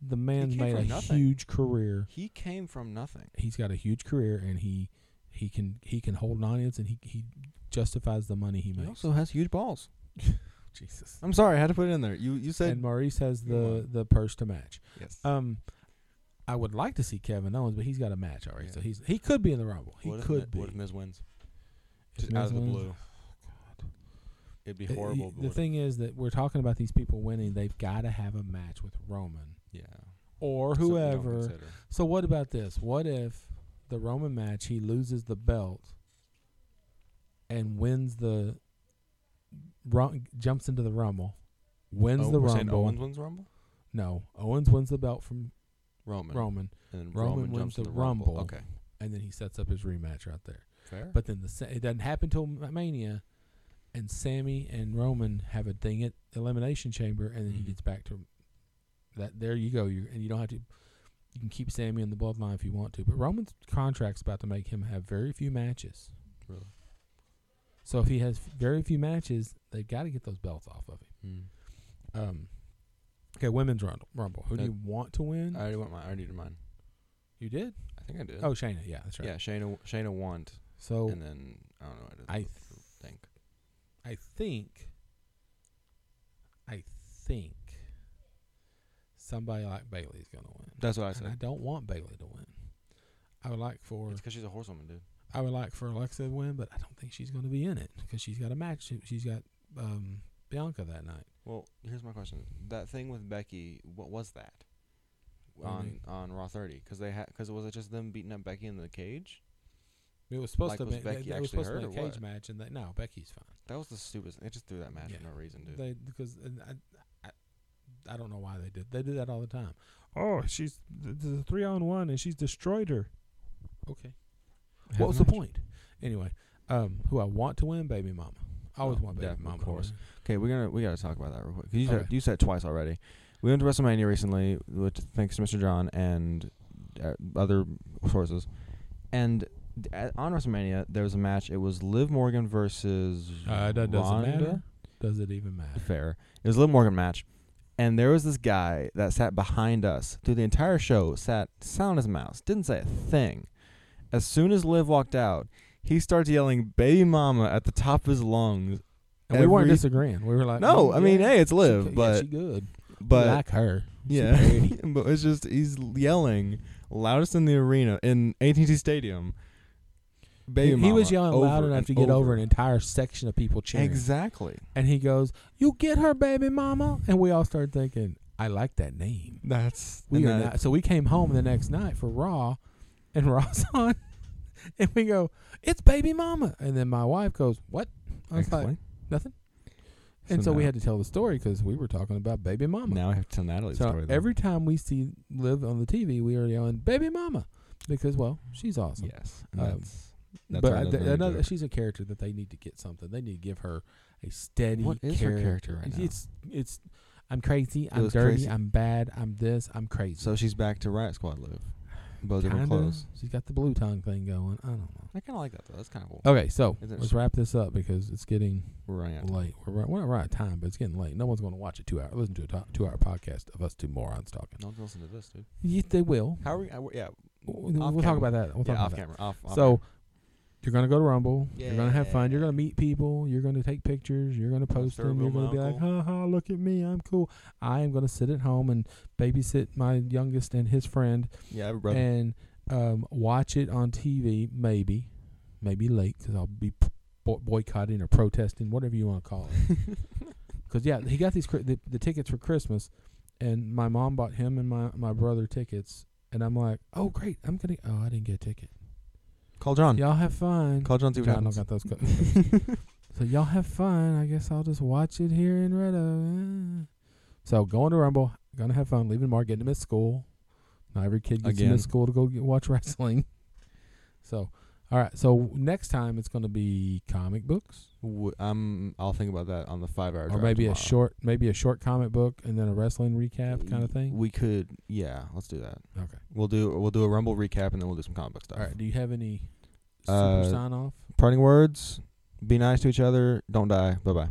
the man's came made a from nothing. huge career. He came from nothing. he's got a huge career and he he can he can hold an audience and he he justifies the money he He makes. also has huge balls. Oh, Jesus. I'm sorry, I had to put it in there. You you said And Maurice has the Come the purse to match. yes. Um, I would like to see Kevin Owens, but he's got a match already, Yeah. so he's he could be in the Rumble. He what if Mi- could be. What if Miz wins? If Just out Miz of the wins- blue. It'd be Uh, horrible. but Oh, The what- thing is that we're talking about these people winning. They've got to have a match with Roman yeah. or Something you don't whoever. consider. So what about this? What if the Roman match he loses the belt and wins the rum, jumps into the Rumble, wins Oh, the we're saying Rumble. Owens wins Rumble. No, Owens wins the belt from Roman. Roman, And Roman Roman wins jumps the in the Rumble. Rumble. Okay. and then he sets up his rematch right there. Fair. But then the sa- it doesn't happen till Ma- Mania, and Sammy and Roman have a thing at Elimination Chamber, and then he Mhm. gets back to that. There you go. You and you don't have to. You can keep Sammy in the bloodline if you want to, but Roman's contract's about to make him have very few matches. really. So if he has very few matches, they've got to get those belts off of him. Mm. Um, okay, women's rumble. rumble. Who do Uh, you want to win? I already went mine. I already did mine. you did. I think I did. Oh, Shayna. Yeah, that's right. yeah. Shayna Shayna won, So and uh, then I don't know. what I I did. th- I think. I think. I think. Somebody like Bailey's gonna win. That's what I And I said. don't want Bailey to win. I would like for It's because she's a horsewoman, dude. I would like for Alexa to win, but I don't think she's going to be in it because she's got a match. She- She's got um, Bianca that night. Well, here's my question. That thing with Becky, what was that? What do you On mean? on Raw 30, because they had because was it just them beating up Becky in the cage? It was supposed Like, to was be. Becky it actually was supposed to hurt be a or cage what? match, and they, no, Becky's fine. That was the stupidest. They just threw that match for Yeah. no reason, dude. They because and I, I, I don't know why they did. They do that all the time. Oh, she's the three on one, and she's destroyed her. Okay, Have what a was the match. point? Anyway, um, who I want to win, Baby Mama. I always Oh, want Baby yeah, of Mama. to course. win. Okay, we're gonna we gotta talk about that real quick. 'Cause You, said, Okay. you said it twice already. we went to WrestleMania recently, which thanks to Mr. John and uh, other sources. And th- at- on WrestleMania, there was a match. It was Liv Morgan versus Uh, that doesn't Ronda. matter. Does it even matter? Fair. It was a Liv Morgan match, and there was this guy that sat behind us through the entire show, sat sound as a mouse, didn't say a thing. As soon as Liv walked out, he starts yelling "baby mama" at the top of his lungs. And we weren't Every- disagreeing. We were like, No, "Mm, I mean, yeah, hey, it's she Liv, good- yeah, but she good. but like her. She yeah, pretty. but it's just he's yelling loudest in the arena in AT&T Stadium. Baby, he, he was mama, yelling over loud enough and to get over. an entire section of people cheering. Exactly. and he goes, "You get her, baby mama," and we all started thinking, "I like that name." That's We and are that- not, so we came home the next night for Raw, and Raw's on, and we go, "It's baby mama," and then my wife goes, "What?" I was like, Explain. "Nothing," and So so, we now- had to tell the story because we were talking about baby mama. Now I have to tell Natalie's so story. though. every time we see Liv on the TV, we are yelling "baby mama" because well, she's awesome. yes, and Um, that's That's but our I- Liv th- Morgan another, joke. she's a character that they need to get something. They need to give her a steady. What is her character. character right it's, now? It's it's. I'm crazy. I'm was dirty. crazy. I'm bad. I'm this. I'm crazy. So she's back to Riot Squad live. Both different Kinda. clothes. She's got the blue tongue thing going. I don't know. I kind of like that though. That's kind of cool. Okay, so Is it- let's wrap this up because it's getting We're running out. of time. late. We're, right, we're not right at time, but it's getting late. No one's going to watch a two-hour. Listen to a to- two-hour podcast of us two morons talking. No one's listening to this, dude. Yes, they will. How are we? I, we're- yeah, We'll, we'll Off talk camera. about that. We'll yeah, talk off about that. camera, off. off So you're gonna go to Rumble. You're gonna have fun. You're Yeah. gonna meet people. You're gonna take pictures. You're gonna post serve them. You're them gonna be like, alcohol. ha ha, look at me, I'm cool. I am gonna sit at home and babysit my youngest and his friend camera. yeah, brother. and um, watch it on TV. Maybe, maybe late because I'll be p- boy- boycotting or protesting, whatever you want to call it. Because yeah, he got these cri- the, the tickets for Christmas, and my mom bought him and my my brother tickets, and I'm like, oh great, I'm gonna. Oh, I didn't get a ticket. call John. Y'all have fun. Call John. See what John don't happens. got those co- so y'all have fun. I guess I'll just watch it here in Red. So going to Rumble, gonna have fun. Leaving Mark, getting him at school. Not every kid gets Again. into school to go get, watch wrestling. So, all right. So next time it's gonna be comic books, W- um, I'll think about that on the five-hour. or maybe a short, maybe a short comic book, and then a wrestling recap kind of thing. We could. Yeah, let's do that. Okay. We'll do. We'll do a Rumble recap and then we'll do some comic book stuff. All right. Do you have any super Uh, sign off? Parting words. Be nice to each other. Don't die. Bye bye.